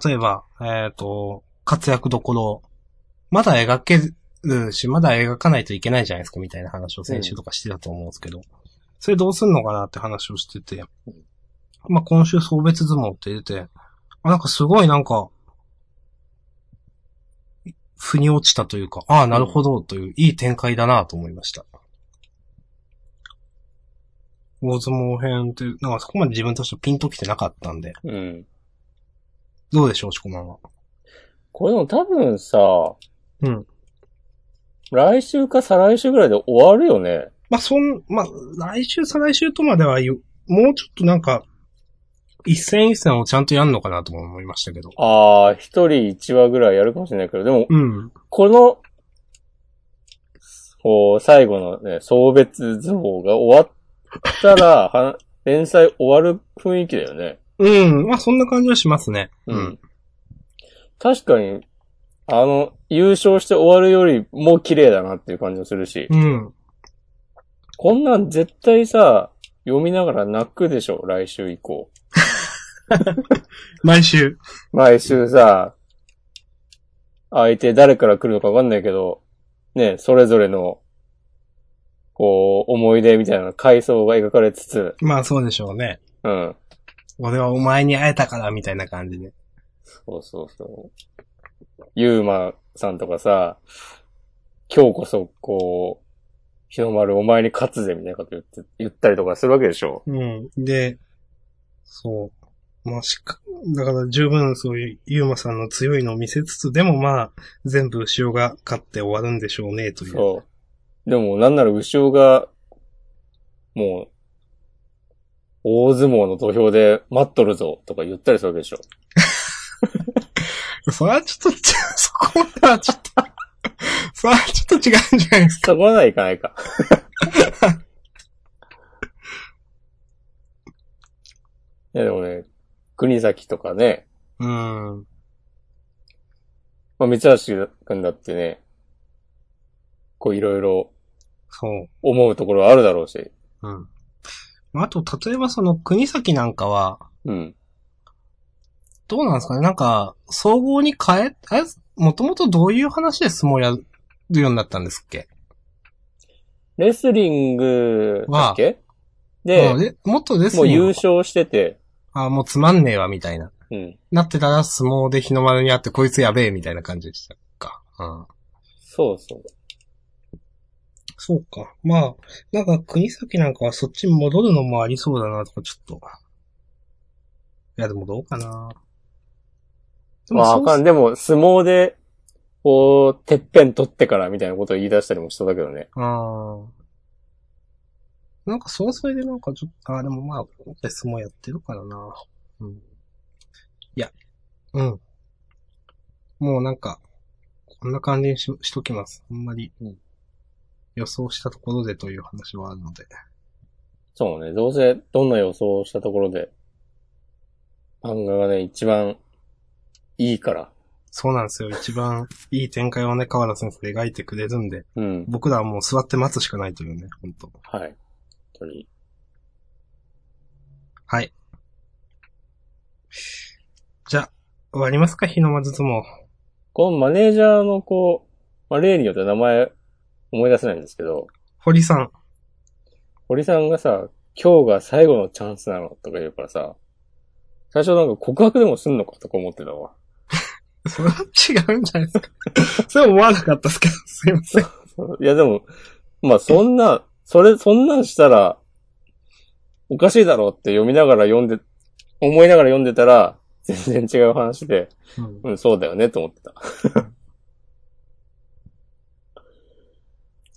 A: 例えば、えっ、と、活躍どころを、まだ描けるし、まだ描かないといけないじゃないですか、みたいな話を先週とかしてたと思うんですけど。それどうすんのかなって話をしてて。まあ、今週送別相撲って出て、あ、なんかすごいなんか、腑に落ちたというか、ああ、なるほど、という、いい展開だなと思いました。大相撲編って、なんかそこまで自分としてはピンときてなかったんで、
B: うん。
A: どうでしょう、しこまんは。
B: これでも多分さ、
A: うん。
B: 来週か再来週ぐらいで終わるよね。
A: まあ、そん、まあ、来週、再来週とまでは言う、もうちょっとなんか、一戦一戦をちゃんとやんのかなとも思いましたけど。
B: ああ、一人一話ぐらいやるかもしれないけど、でも、
A: うん。
B: この、こう、最後のね、送別図法が終わったら、 は連載終わる雰囲気だよね。
A: うん。まあ、そんな感じはしますね。
B: うん。確かに、あの、優勝して終わるよりも綺麗だなっていう感じもするし、
A: うん。
B: こんなん絶対さ、読みながら泣くでしょ、来週以降。
A: 毎週。
B: 毎週さ、相手誰から来るのかわかんないけど、ね、それぞれの、こう、思い出みたいな回想が描かれつつ、
A: まあ、そうでしょうね。
B: うん。
A: 俺はお前に会えたから、みたいな感じで。
B: そうそうそう。ゆうまさんとかさ、今日こそ、こう、日の丸お前に勝つぜみたいなこと言って、言ったりとかするわけでしょ。
A: うん。で、そう。まあ、しっか、だから十分そういうユーマさんの強いのを見せつつ、でもまあ、全部潮が勝って終わるんでしょうね、という。
B: そう。でも、なんなら後ろが、もう、大相撲の土俵で待っとるぞとか言ったりするわけでしょ。
A: それはちょっと、そこまではちょっと、 それはちょっと違うんじゃないですか。
B: そこまではいかない か。いやでもね、国崎とかね、
A: うん。
B: まあ、三橋くんだってね、こういろいろ
A: そう。
B: 思うところはあるだろうし。
A: うん。あと、例えばその国崎なんかは、
B: うん。
A: どうなんですかねなんか、総合に変え、あれ、もともとどういう話で相撲やるようになったんですっけ
B: レスリングだっけ
A: もう
B: で、
A: れもっとです
B: もう優勝してて、
A: あ、もうつまんねえわ、みたいな。
B: うん。
A: なってたら相撲で日の丸にあって、こいつやべえ、みたいな感じでしたか。うん。
B: そうそう。
A: そうか。まあ、なんか国崎なんかはそっちに戻るのもありそうだな、とか、ちょっと。いや、でもどうかな。で
B: まあ、あかん。でも、相撲で、こう、てっぺん取ってからみたいなことを言い出したりもしそうだけどね。
A: ああ。なんか、それはそれでなんかちょっと、ああ、でもまあ、別もやってるからな。うん。いや、うん。もうなんか、こんな感じにししときます。あんまり、
B: うん
A: 予想したところでという話はあるので。
B: そうね。どうせ、どんな予想をしたところで、漫画がね、一番いいから。
A: そうなんですよ。一番いい展開をね、河原先生描いてくれるんで、
B: うん。
A: 僕らはもう座って待つしかないというね、本当
B: はい。本当に。
A: はい。じゃあ、終わりますか日の丸相撲。
B: このマネージャーの子、まあ、例によって名前思い出せないんですけど、
A: 堀さん。
B: 堀さんがさ、今日が最後のチャンスなのとか言うからさ、最初なんか告白でもすんのかとか思ってたわ。
A: それは違うんじゃないですか。それは思わなかったですけど、すいません。
B: いやでも、まあそんな、それ、そんなんしたら、おかしいだろうって読みながら読んで、思いながら読んでたら、全然違う話で、うん、そうだよねと思ってた。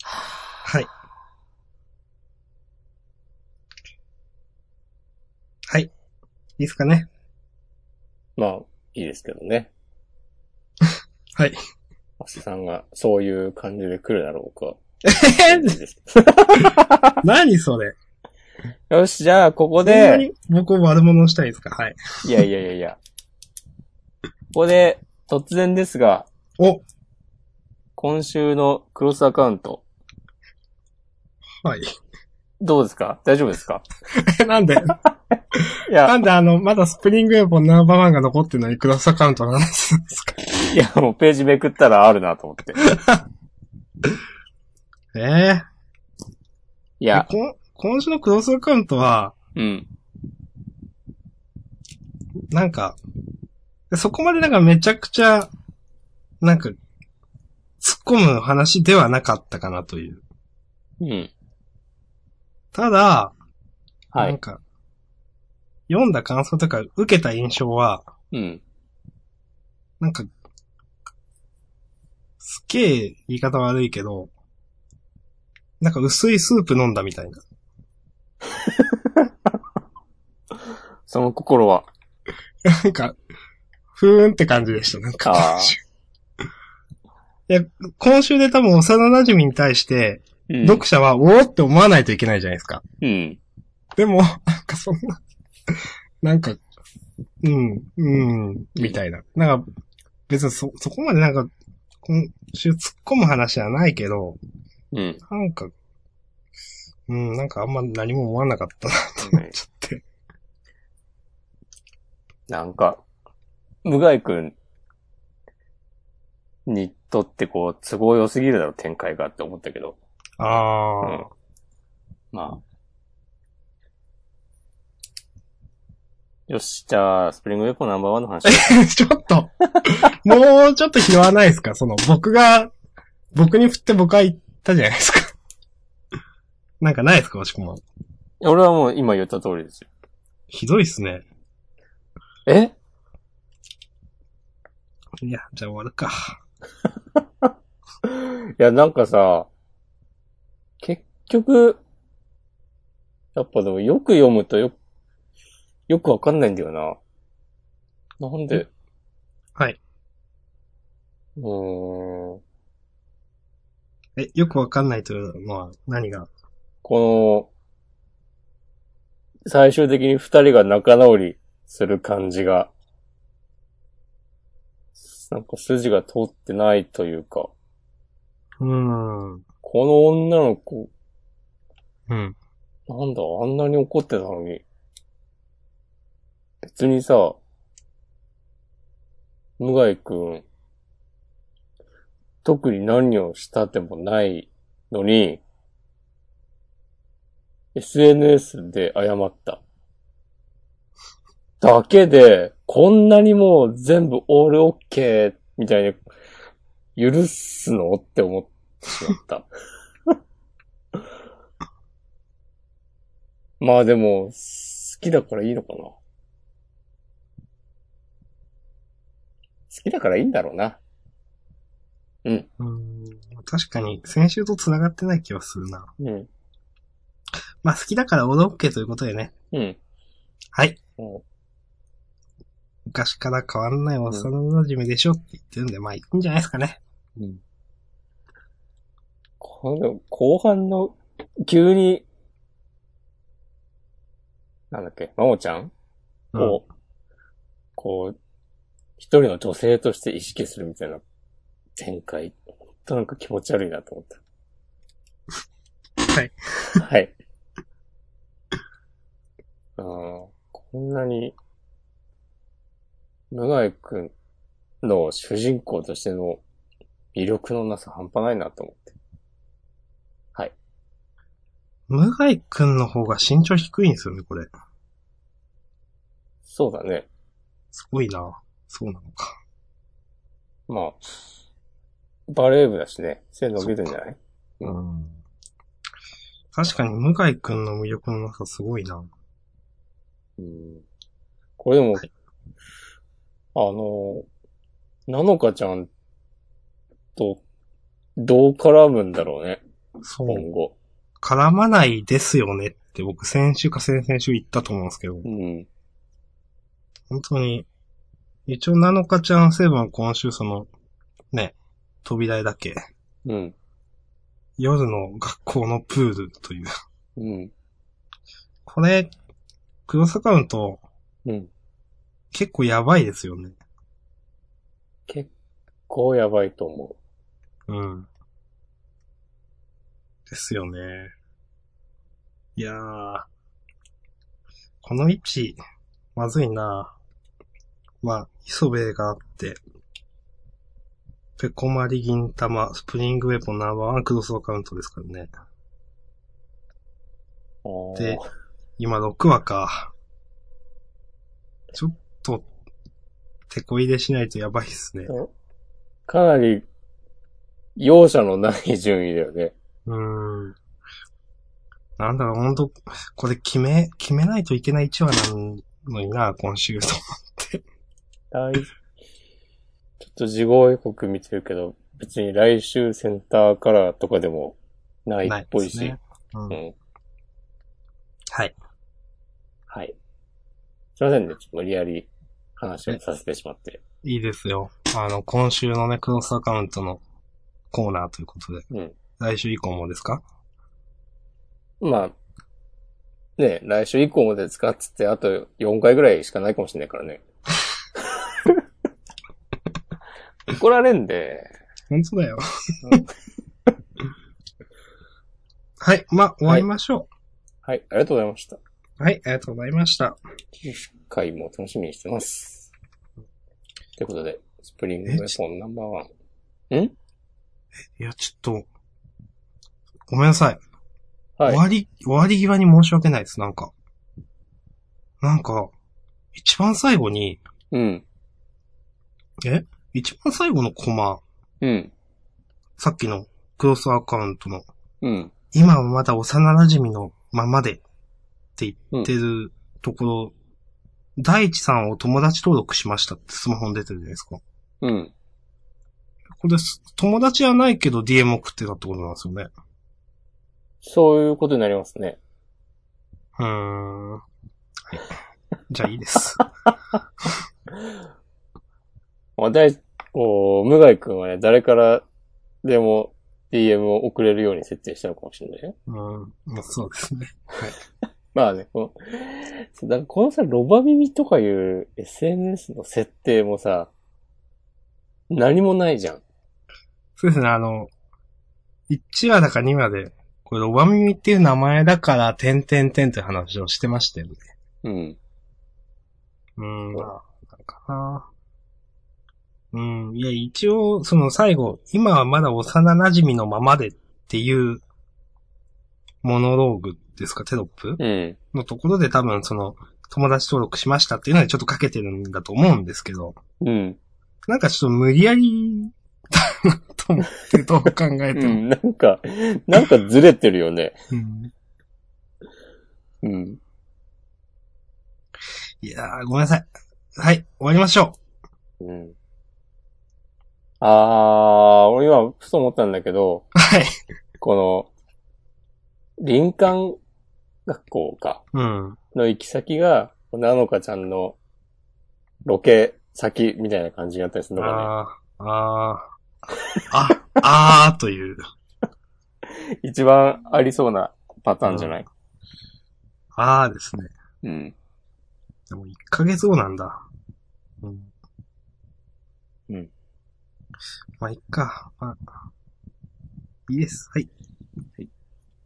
A: はい。はい。いいですかね。
B: まあ、いいですけどね。
A: はい。
B: マスさんがそういう感じで来るだろうか。いい
A: え
B: です
A: 何それ。
B: よし、じゃあ、ここ
A: そんな
B: で、
A: に僕を悪者にしたいですかはい。
B: いやいやいやいや。ここで、突然ですが、
A: お
B: 今週のクロスアカウント、
A: はい。
B: どうですか大丈夫ですか
A: なんで、
B: いや
A: な、んであの、まだスプリングエボンナンバーワンが残ってるのにクロスアカウントなんですんですか
B: いや、もうページめくったらあるなと思って。
A: ええ
B: い
A: いや
B: や、
A: こん今週のクロスアカウントは、
B: うん。
A: なんか、そこまでなんかめちゃくちゃ、なんか、突っ込む話ではなかったかなという。
B: うん。
A: ただ、
B: は
A: なん
B: い。
A: か、読んだ感想とか受けた印象は、
B: うん。
A: なんか、すっげえ言い方悪いけど、なんか薄いスープ飲んだみたいな。
B: その心は、
A: なんか、ふーんって感じでした、なんか
B: あ。
A: いや、今週で多分幼馴染に対して、
B: うん。
A: 読者は、おおって思わないといけないじゃないですか。
B: うん。
A: でも、なんかそんな、なんか、うん、うん、みたいな。なんか、別にそ、そこまでなんか、今週突っ込む話はないけど、
B: うん。
A: なんか、うん、なんかあんま何も思わなかったなと思っちゃって。
B: なんか、無害くんにとってこう、都合良すぎるだろ、展開がって思ったけど。
A: あ
B: う
A: ー、
B: ん。まあ。よし、じゃあ、スプリングウェポンナンバーワンの 話。
A: ちょっと、もうちょっと拾わないですかその、僕が、僕に振って僕は言ったじゃないですか。なんかないですか、おしくも。
B: 俺はもう今言った通りですよ。
A: ひどいっすね。
B: え
A: いや、じゃあ終わるか。
B: いや、なんかさ、結局、やっぱでもよく読むとよ、よくわかんないんだよな。なんで
A: はい。
B: うーん。
A: え、よくわかんないというのは何が
B: この、最終的に二人が仲直りする感じが、なんか筋が通ってないというか、
A: うーん。
B: この女の子、
A: うん。
B: なんだ、あんなに怒ってたのに、別にさ、無害くん、特に何をしたでもないのに、SNS で謝った。だけで、こんなにもう全部オールオッケーみたいに許すのって思ってしまった。まあでも、好きだからいいのかな。好きだからいいんだろうな。
A: うーん確かに、先週と繋がってない気はするな。
B: うん。
A: まあ、好きだからオールオッケーということでね。
B: うん。
A: はい。
B: も
A: 昔から変わんない幼馴染でしょって言ってるんで、まあ、いいんじゃないですかね。
B: ううん。この、後半の、急に、なんだっけ、まもちゃんを、こう、一人の女性として意識するみたいな展開。ほんとなんか気持ち悪いなと思った。
A: はい。
B: はい。あーこんなに、無害くんの主人公としての魅力のなさ半端ないなと思って。
A: 無害くんの方が身長低いんですよね、これ。
B: そうだね。
A: すごいな。そうなのか。
B: まあ、バレー部だしね、背伸びるんじゃない
A: うん。確かに、無害くんの魅力のなさすごいな。
B: うん。これでも、
A: は
B: あの、なのかちゃんと、どう絡むんだろうね、
A: そう。
B: 今後。
A: 絡まないですよねって僕、先週か先々週言ったと思うんですけど。
B: うん。
A: 本当に、一応、ナノカちゃんセブン今週その、ね、飛び台だっけ、
B: うん。
A: 夜の学校のプールという。
B: うん。
A: これ、クロスアカウント、
B: うん。
A: 結構やばいですよね。
B: 結構やばいと思
A: うん。ですよね。いやー。この位置、まずいなまあ、磯部があって、ペコマリ銀玉、スプリングウェポンナンバーワンクロスアカウントですからね。
B: う。あー
A: で、今6話か。ちょっと、手こ入れしないとやばいっすね。
B: かなり、容赦のない順位だよね。
A: うーん。なんだろう、ほんと、これ決め、決めないといけない1話なのにな、今週と。
B: 来、 ちょっと事後予告見てるけど、別に来週センターカラーとかでもない
A: ない
B: っぽ
A: で
B: い
A: す
B: し。
A: ね。うん
B: うん。
A: はい。
B: はい。すいませんね、ちょっと無理やり話をさせてしまって。
A: いいですよ。あの、今週のね、クロスアカウントのコーナーということで。
B: うん
A: 来週以降もですか
B: まあ、ね、来週以降まで使っつって、あと4回ぐらいしかないかもしれないからね。怒られんで、
A: 本当だよ。はい。まあ、終わりましょ
B: はい、ありがとうございました。
A: う。はい、ありがとうございました。
B: 回も楽しみにしてます。ということで、スプリングウェポンナンバーワン。
A: いや、ちょっと、ごめんなさい。
B: はい
A: 終。わり、終わり際に申し訳ないです、なんか。なんか、一番最後に、
B: うん。
A: 一番最後のコマ、
B: うん。
A: さっきのクロスアカウントの、
B: うん。
A: 今はまだ幼馴染のままでって言ってるところ、大地さんを友達登録しましたってスマホに出てるじゃないですか。
B: うん。
A: これ、す友達はないけど DM 送ってたってことなんですよね。
B: そういうことになりますね。
A: うーん。はいじゃあいい です。
B: まあ、大、こう、無害くんはね、誰からでも DM を送れるように設定したのかもしれないね。
A: うん、まあそうですね。
B: まあね、この、そうだからこのさ、ロバ耳とかいう SNS の設定もさ、何もないじゃん。
A: そうですね、あの、1話だか2話で、これ、ロバミミっていう名前だから、てんてんてんって話をしてましたよね。
B: うん。
A: うーん、まあ、なんかな。うん、いや、一応、その最後、今はまだ幼馴染のままでっていう、モノローグですか、テロップ
B: うん。
A: のところで多分、その、友達登録しましたっていうのにちょっとかけてるんだと思うんですけど、
B: うん。
A: なんかちょっと無理やり、だなと思って、どう考え
B: う
A: ても。
B: ん。なんか、なんかずれてるよね。
A: うん
B: うん。
A: いやー、ごめんなさい。はい、終わりましょ
B: うん。あー、俺今、ふと思ったんだけど、
A: う。はい。
B: この、林間学校か、
A: うん。
B: の行き先が、なのかちゃんのロケ先みたいな感じになったりするのか
A: あー、あー、あ、あーという。
B: ね。一番ありそうなパターンじゃない、
A: あーですね。
B: うん、
A: でも1ヶ月後なんだ。うん。
B: うん。
A: まあ、いっか。まあ、いいです。はい。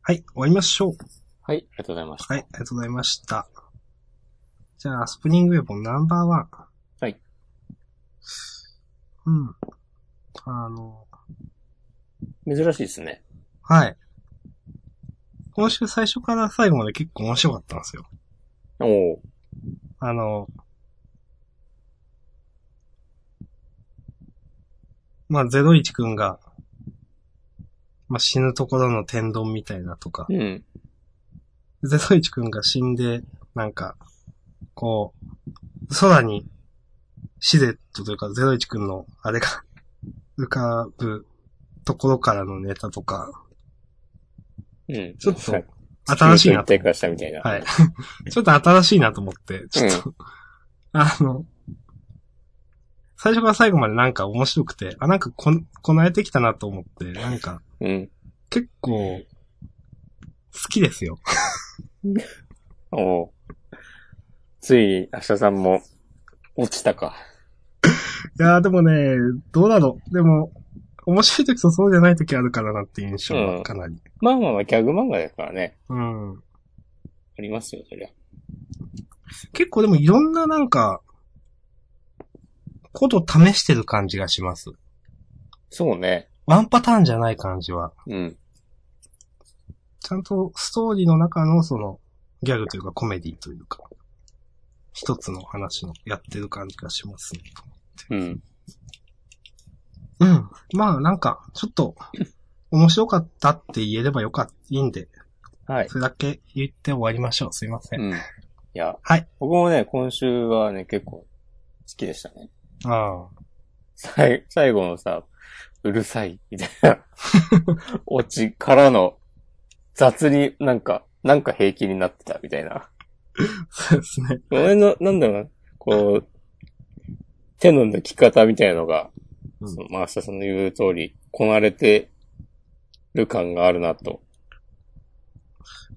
A: はい、終わりましょう。
B: はい、ありがとうございました。
A: はい、ありがとうございました。じゃあ、スプリングウェポンナンバーワン。
B: はい。
A: うん。あの、
B: 珍しいですね。
A: はい。今週最初から最後まで結構面白かったんですよ。
B: おお
A: あの、まあ、ゼロイチくんが、まあ、死ぬところの天丼みたいなとか、
B: うん。
A: ゼロイチくんが死んで、なんか、こう、空に、シルエットというか、ゼロイチくんの、あれが、浮かぶところからのネタとか、
B: うん。
A: ちょっと
B: はい、
A: 新しいなと
B: 地球と一体化したみたいな。
A: はい。 ちょっと新しいなと思って、ちょっと、 あの、最初から最後までなんか面白くて、あ、なんかこ、こなえてきたなと思って、なんか、
B: うん。
A: 結構、好きですよ。
B: おおついに、明日さんも、落ちたか。
A: いやーでもね、どうだろう。でも、面白い時とそうじゃない時あるからなっていう印象はかなり。
B: まあまあまあ、ギャグ漫画だからね。
A: うん。
B: ありますよ、そりゃ。
A: 結構でもいろんななんか、こと試してる感じがします。
B: そうね。
A: ワンパターンじゃない感じは。
B: うん。
A: ちゃんとストーリーの中のその、ギャグというかコメディというか、一つの話のやってる感じがしますね。
B: うん。
A: うん。まあなんか、ちょっと、面白かったって言えればよかった、いいんで、
B: はい。
A: それだけ言って終わりましょう。すいません。
B: うん。いや、
A: はい
B: 僕もね、今週はね、結構好きでしたね。
A: ああ。
B: 最最後のさ、うるさい、みたい な、オチからの、雑になんか、なんか平気になってた、みたいな。
A: そうですね。
B: 俺の、なんだろうな、こう、手の抜き方みたいのが、
A: うん
B: そのまあ、明日さんの言う通り、こなれてる感があるなと。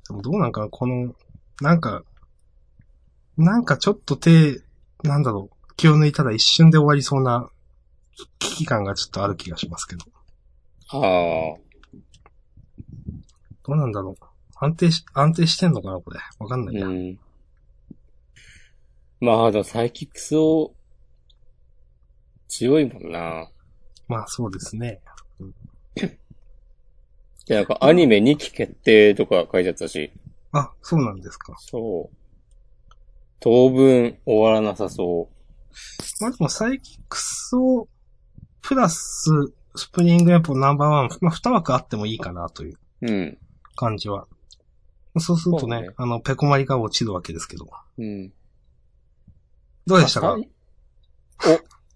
A: でもどうなんかなこの、なんか、なんかちょっと手、なんだろう、気を抜いたら一瞬で終わりそうな危機感がちょっとある気がしますけど。
B: ああ、
A: どうなんだろう。安定し、安定してんのかなこれ。わかんないな。
B: うん。まあ、でもサイキックスを、強いもんな。
A: まあそうですね。
B: で、なんかアニメ2期決定とか書いてあったし、
A: あ、そうなんですか。
B: そう。当分終わらなさそ
A: まあでもサイキックスを、プラス、スプリングエポナンバーワン、まあ二枠あってもいいかなという
B: う。うん。
A: 感じは。そうするとね、
B: そうね
A: あの、ペコマリが落ちるわけですけど。
B: うん。
A: どうでしたか
B: あはいお、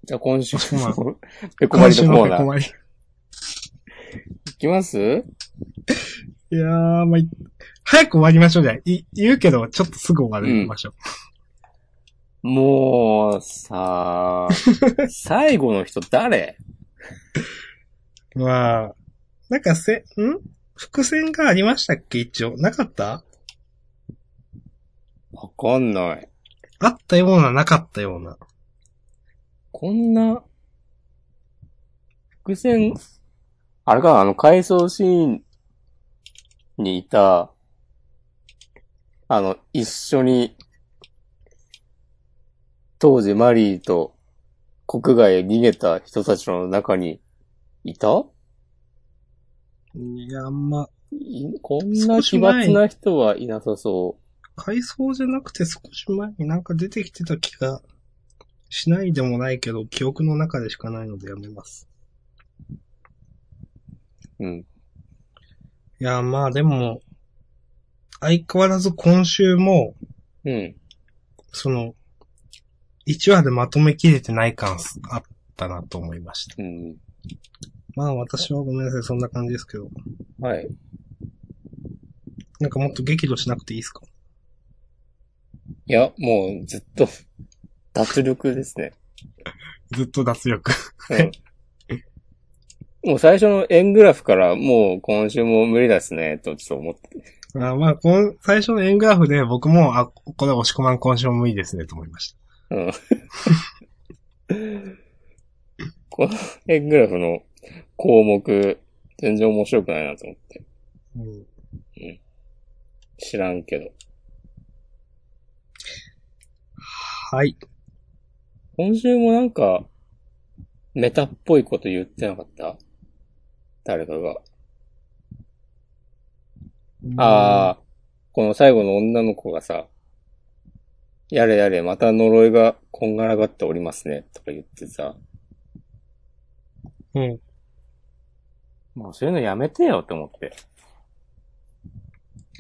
B: じゃあ今週
A: まあ
B: も、 ペコマリのコー
A: 今週のペコ
B: ナー。
A: マリ
B: いきます
A: いやー、まあ、い早く終わりましょうじゃん。い、言うけど、ちょっとすぐ終わりましょう。
B: もう、 さあ、最後の人誰
A: まあ、なんかせ、ん伏線がありましたっけ一応。なかった
B: わかんない。
A: あったような、なかったような。
B: こんな、伏線、あれか、あの、回想シーンにいた、あの、一緒に、当時マリーと国外へ逃げた人たちの中にいた
A: いや、あんま、
B: いこんな奇抜な人はいなさそ
A: 回想じゃなくて少し前になんか出てきてた気がしないでもないけど、記憶の中でしかないのでやめます。
B: う。うん。
A: いや、まあでも、相変わらず今週も、
B: うん。
A: その、1話でまとめきれてない感すあったなと思いました。
B: うん。
A: まあ私はごめんなさい、そんな感じですけど。
B: はい。
A: なんかもっと激怒しなくていいですか
B: いや、もうずっと、脱力ですね。
A: ずっと脱力。
B: うん。もう最初の円グラフからもう今週も無理ですね、とちょっと思って。
A: あまあ、この最初の円グラフで僕も、あ、これ押し込まん今週も無理ですねと思いました。
B: うん。この円グラフの項目、全然面白くないなと思って。
A: うん、
B: 知らんけど。
A: はい。
B: 今週もなんか、メタっぽいこと言ってなかった誰かが。ああ、この最後の女の子がさ、やれやれ、また呪いがこんがらがっておりますね、とか言ってさ。
A: うん。
B: もうそういうのやめてよ、と思って。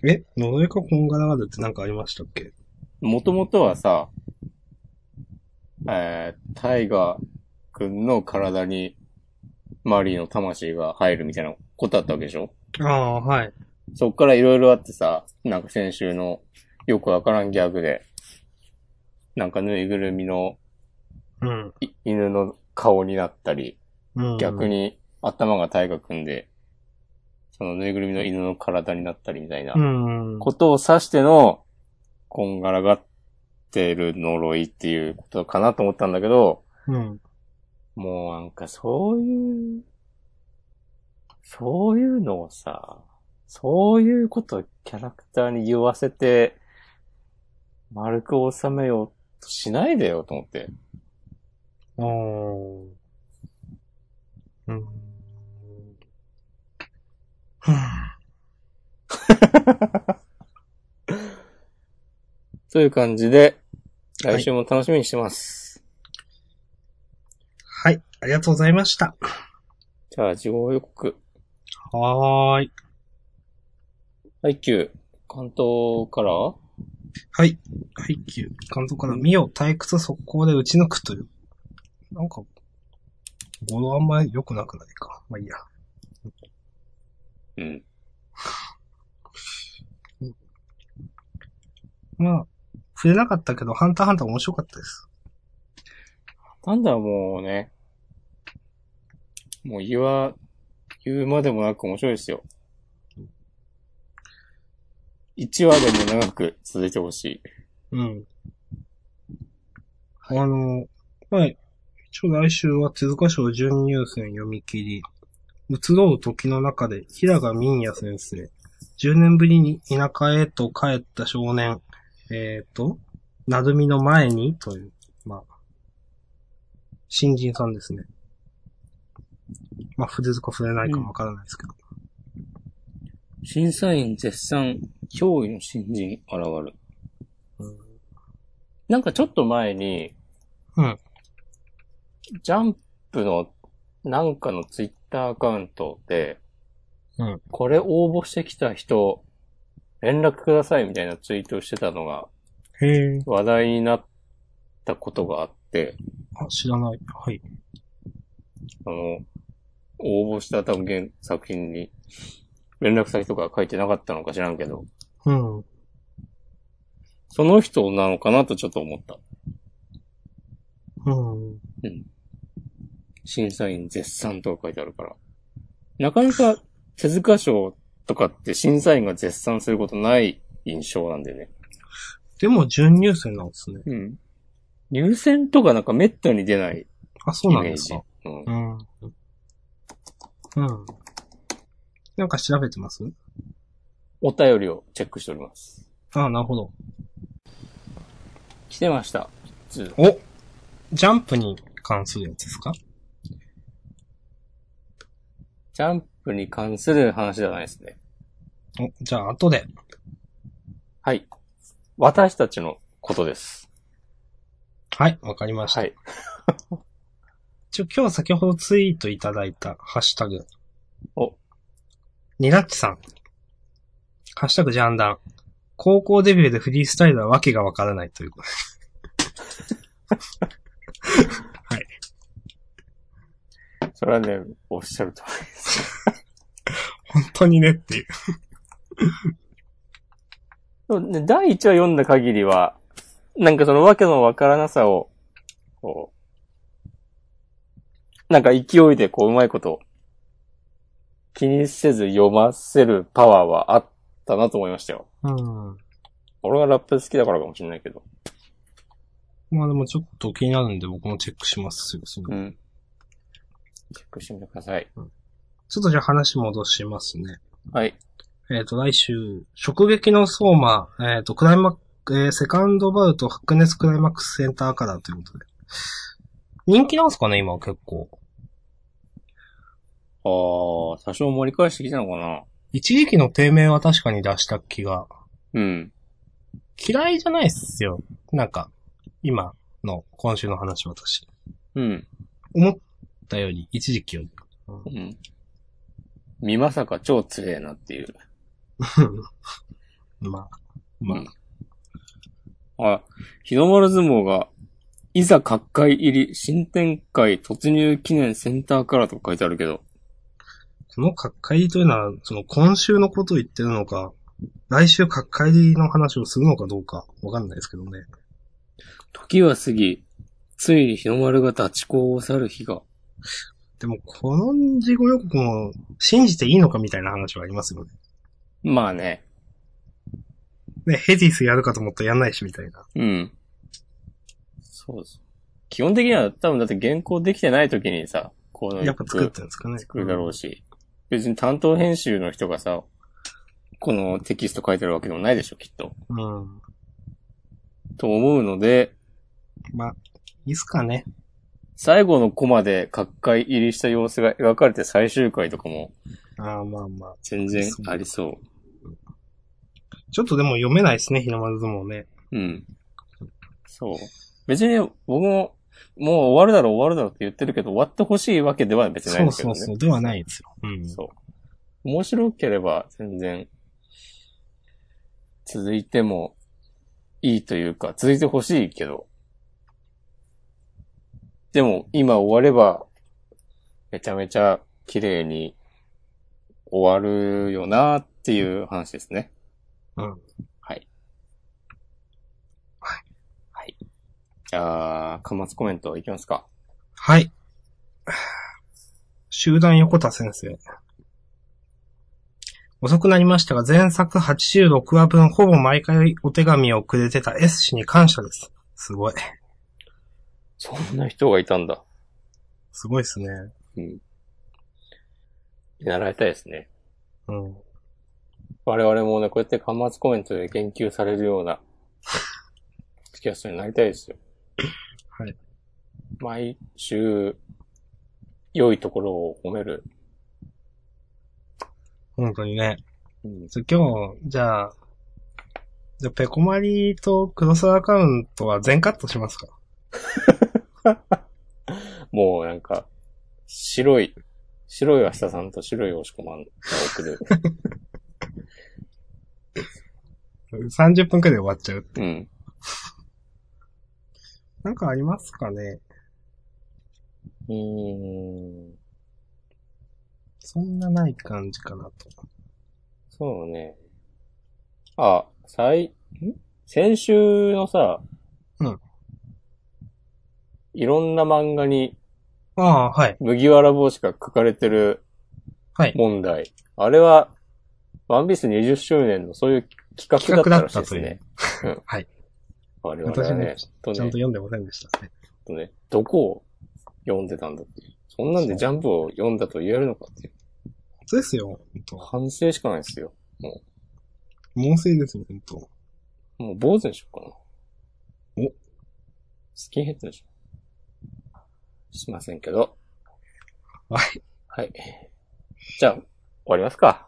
A: え、呪いかこんがらがるってなんかありましたっけ
B: もともとはさ、えー、タイガーくんの体に、マリーの魂が入るみたいなことあったわけでしょ
A: ああ、はい。
B: そっからいろいろあってさ、なんか先週のよくわからんギャグで、なんかぬいぐるみの
A: うん。
B: い犬の顔になったり、
A: うん、
B: 逆
A: に。
B: に頭が大河君で、そのぬいぐるみの犬の体になったりみたいな
A: うん。
B: ことを指しての、こんがらがってる呪いっていうことかなと思ったんだけど、
A: うん。
B: もうなんかそういう、そういうのをさ、そういうことをキャラクターに言わせて、丸く収めようとしないでよと思って。
A: あーうん。ふぅ
B: という感じで、
A: はい
B: 来週も楽しみにしてます。
A: はい。ありがとうございました。
B: じゃあ、事後予告。
A: はーい。
B: はい、9。関東から
A: はい。はい、キュー。監督から、見よ、退屈速攻で打ち抜くという。なんか、語呂あんま良くなくないか。まあいいや。
B: うん。
A: まあ、触れなかったけど、ハンターハンター面白かったです。
B: なんだもうね。もう言わ、言うまでもなく面白いですよ。1話でも長く続いてほしい。
A: うん。あの、はい。一応来週は手塚賞準入選読み切り。移ろう時の中で、平賀民也先生。10年ぶりに田舎へと帰った少年。えっ、ー、と、なるみの前に、という、まあ、新人さんですね。まあ、筆塚触れないかもわからないですけど。
B: 審査員絶賛、驚異の新人現る。
A: うん
B: なんかちょっと前に、
A: うん。
B: ジャンプのなんかのツイッターアカウントで、
A: うん
B: これ応募してきた人、連絡くださいみたいなツイートをしてたのが
A: へえ。
B: 話題になったことがあって、
A: あ、知らない。はい。
B: あの、応募した多分原作品に連絡先とか書いてなかったのか知らんけど、
A: うん。
B: その人なのかなとちょっと思った。
A: うん。
B: 審査員絶賛とか書いてあるから。なかなか手塚賞とかって審査員が絶賛することない印象なんでね。
A: でも、準入選なんですね。
B: うん。入選とかなんか滅多に出ないイ
A: あ、そうなん
B: メー
A: です
B: ジ。
A: か。
B: うん
A: う。ん。うん。なんか調べてます
B: お便りをチェックしております。
A: ああ、なるほど。
B: 来てました。普通。
A: おジャンプに関するやつですか
B: ジャンプに関する話じゃないですね。
A: お、じゃあ後で。
B: はい。私たちのことです。
A: はい、わかりました。
B: はい。
A: ちょ、今日先ほどツイートいただいたハッシュタグ。
B: お。
A: ニラッチさん。ハッシュタグジャンダン。高校デビューでフリースタイルはわけがわからないということ。
B: それはね、おっしゃるとおり。
A: 本当にねっていう。
B: そうね第1話読んだ限りは、なんかそのわけのわからなさを、こう、なんか勢いでこううまいこと、気にせず読ませるパワーはあったなと思いましたよ。
A: うん。
B: 俺がラップ好きだからかもしれないけど。
A: まあでもちょっと気になるんで僕もチェックしますよ、その
B: うん。チェックしてみてください。
A: ちょっとじゃあ話戻しますね。
B: はい。
A: えっ、と、来週、直撃の相馬、えっ、と、クライマック、えーセカンドバウト、ハックネスクライマックスセンターカラーということで。人気なんすかね、今は結構。
B: あー、多少盛り返してきたのかな
A: 一時期の低迷は確かに出した気が。
B: うん。
A: 嫌いじゃないっすよ。なんか、今の、今週の話私。
B: うん。
A: 思ったより、一時期より。
B: うん。見まさか超強えなっていう。
A: まあ、まあ、
B: あ、日の丸相撲が、いざ各界入り、新展開突入記念センターカラーとか書いてあるけど、
A: この角界というのは、その今週のことを言ってるのか、来週角界の話をするのかどうか、わかんないですけどね。
B: 時は過ぎ、ついに日の丸が立ち校を去る日が、
A: でも、この事後予告も信じていいのかみたいな話はありますよね。
B: まあね、
A: ね、ヘディスやるかと思ったらやんないしみたいな。
B: うん。そうです。基本的には多分だって原稿できてない時にさ、この
A: やっぱ作ってるんですかね。
B: 作るだろうし、別に担当編集の人がさ、このテキスト書いてるわけでもないでしょ、きっと。
A: うん。
B: と思うので、
A: まあ、いいっすかね。
B: 最後のコマで各界入りした様子が描かれて最終回とかも
A: ああ、まあまあ。
B: 全然ありそ
A: ちょっとでも読めないですね、日の丸相撲ね。
B: う。うん。そう。別に僕も、もう終わるだろう終わるだろうって言ってるけど、終わってほしいわけでは別にないん
A: そう
B: です
A: そ
B: けどね。
A: うそう、ではないですよ。うん。
B: そう。面白ければ全然、続いてもいいというか、続いてほしいけど、でも今終われば、めちゃめちゃ綺麗に終わるよなっていう話ですね。
A: うん。
B: はい。
A: は
B: あー、端末コメントいきますか。
A: はい。集団横田先生。遅くなりましたが、前作86話分ほぼ毎回お手紙をくれてた S 氏に感謝です。すごい。
B: そんな人がいたんだ。
A: すごいですね。
B: うん。見習いたいですね。
A: うん。
B: 我々もね、こうやって端末コメントで言及されるような、付き合いになりたいですよ。
A: はい。
B: 毎週、良いところを褒める。
A: 本当にね。
B: うん。
A: じゃあ今日、じゃあ、じゃあペコマリとクロスアカウントは全カットしますか
B: もうなんか、白い、白い明日さんと白い押し込まんが 送る。
A: ?30 分くらいで終わっちゃう。
B: うん。
A: なんかありますかね
B: うーん。
A: そんなない感じかなと。
B: そうね。あ、最、ん先週のさ、
A: うん。
B: いろんな漫画に
A: ああ、はい。
B: 麦わら帽子が書かれてる
A: はい。
B: 問題。あれは、ワンピース20周年のそういう企画だったらしいですね。うん
A: はい。
B: 我々はね、
A: 私
B: ちょっ
A: ち
B: と
A: ゃん
B: ね
A: と、読んでませんでしたね。
B: ちょっとね、どこを読んでたんだっていう。そんなんでジャンプを読んだと言えるのかっていう。
A: 本当ですよ、本当。
B: 反省しかないですよ。
A: 猛省ですよ、本当。
B: もう坊主にしようかな。
A: お
B: スキンヘッドにしよう。しませんけど。
A: はい。
B: はい。じゃあ、終わりますか。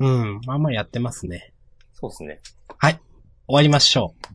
A: うん、まあまあやってますね。
B: そうですね。
A: 終わりましょう。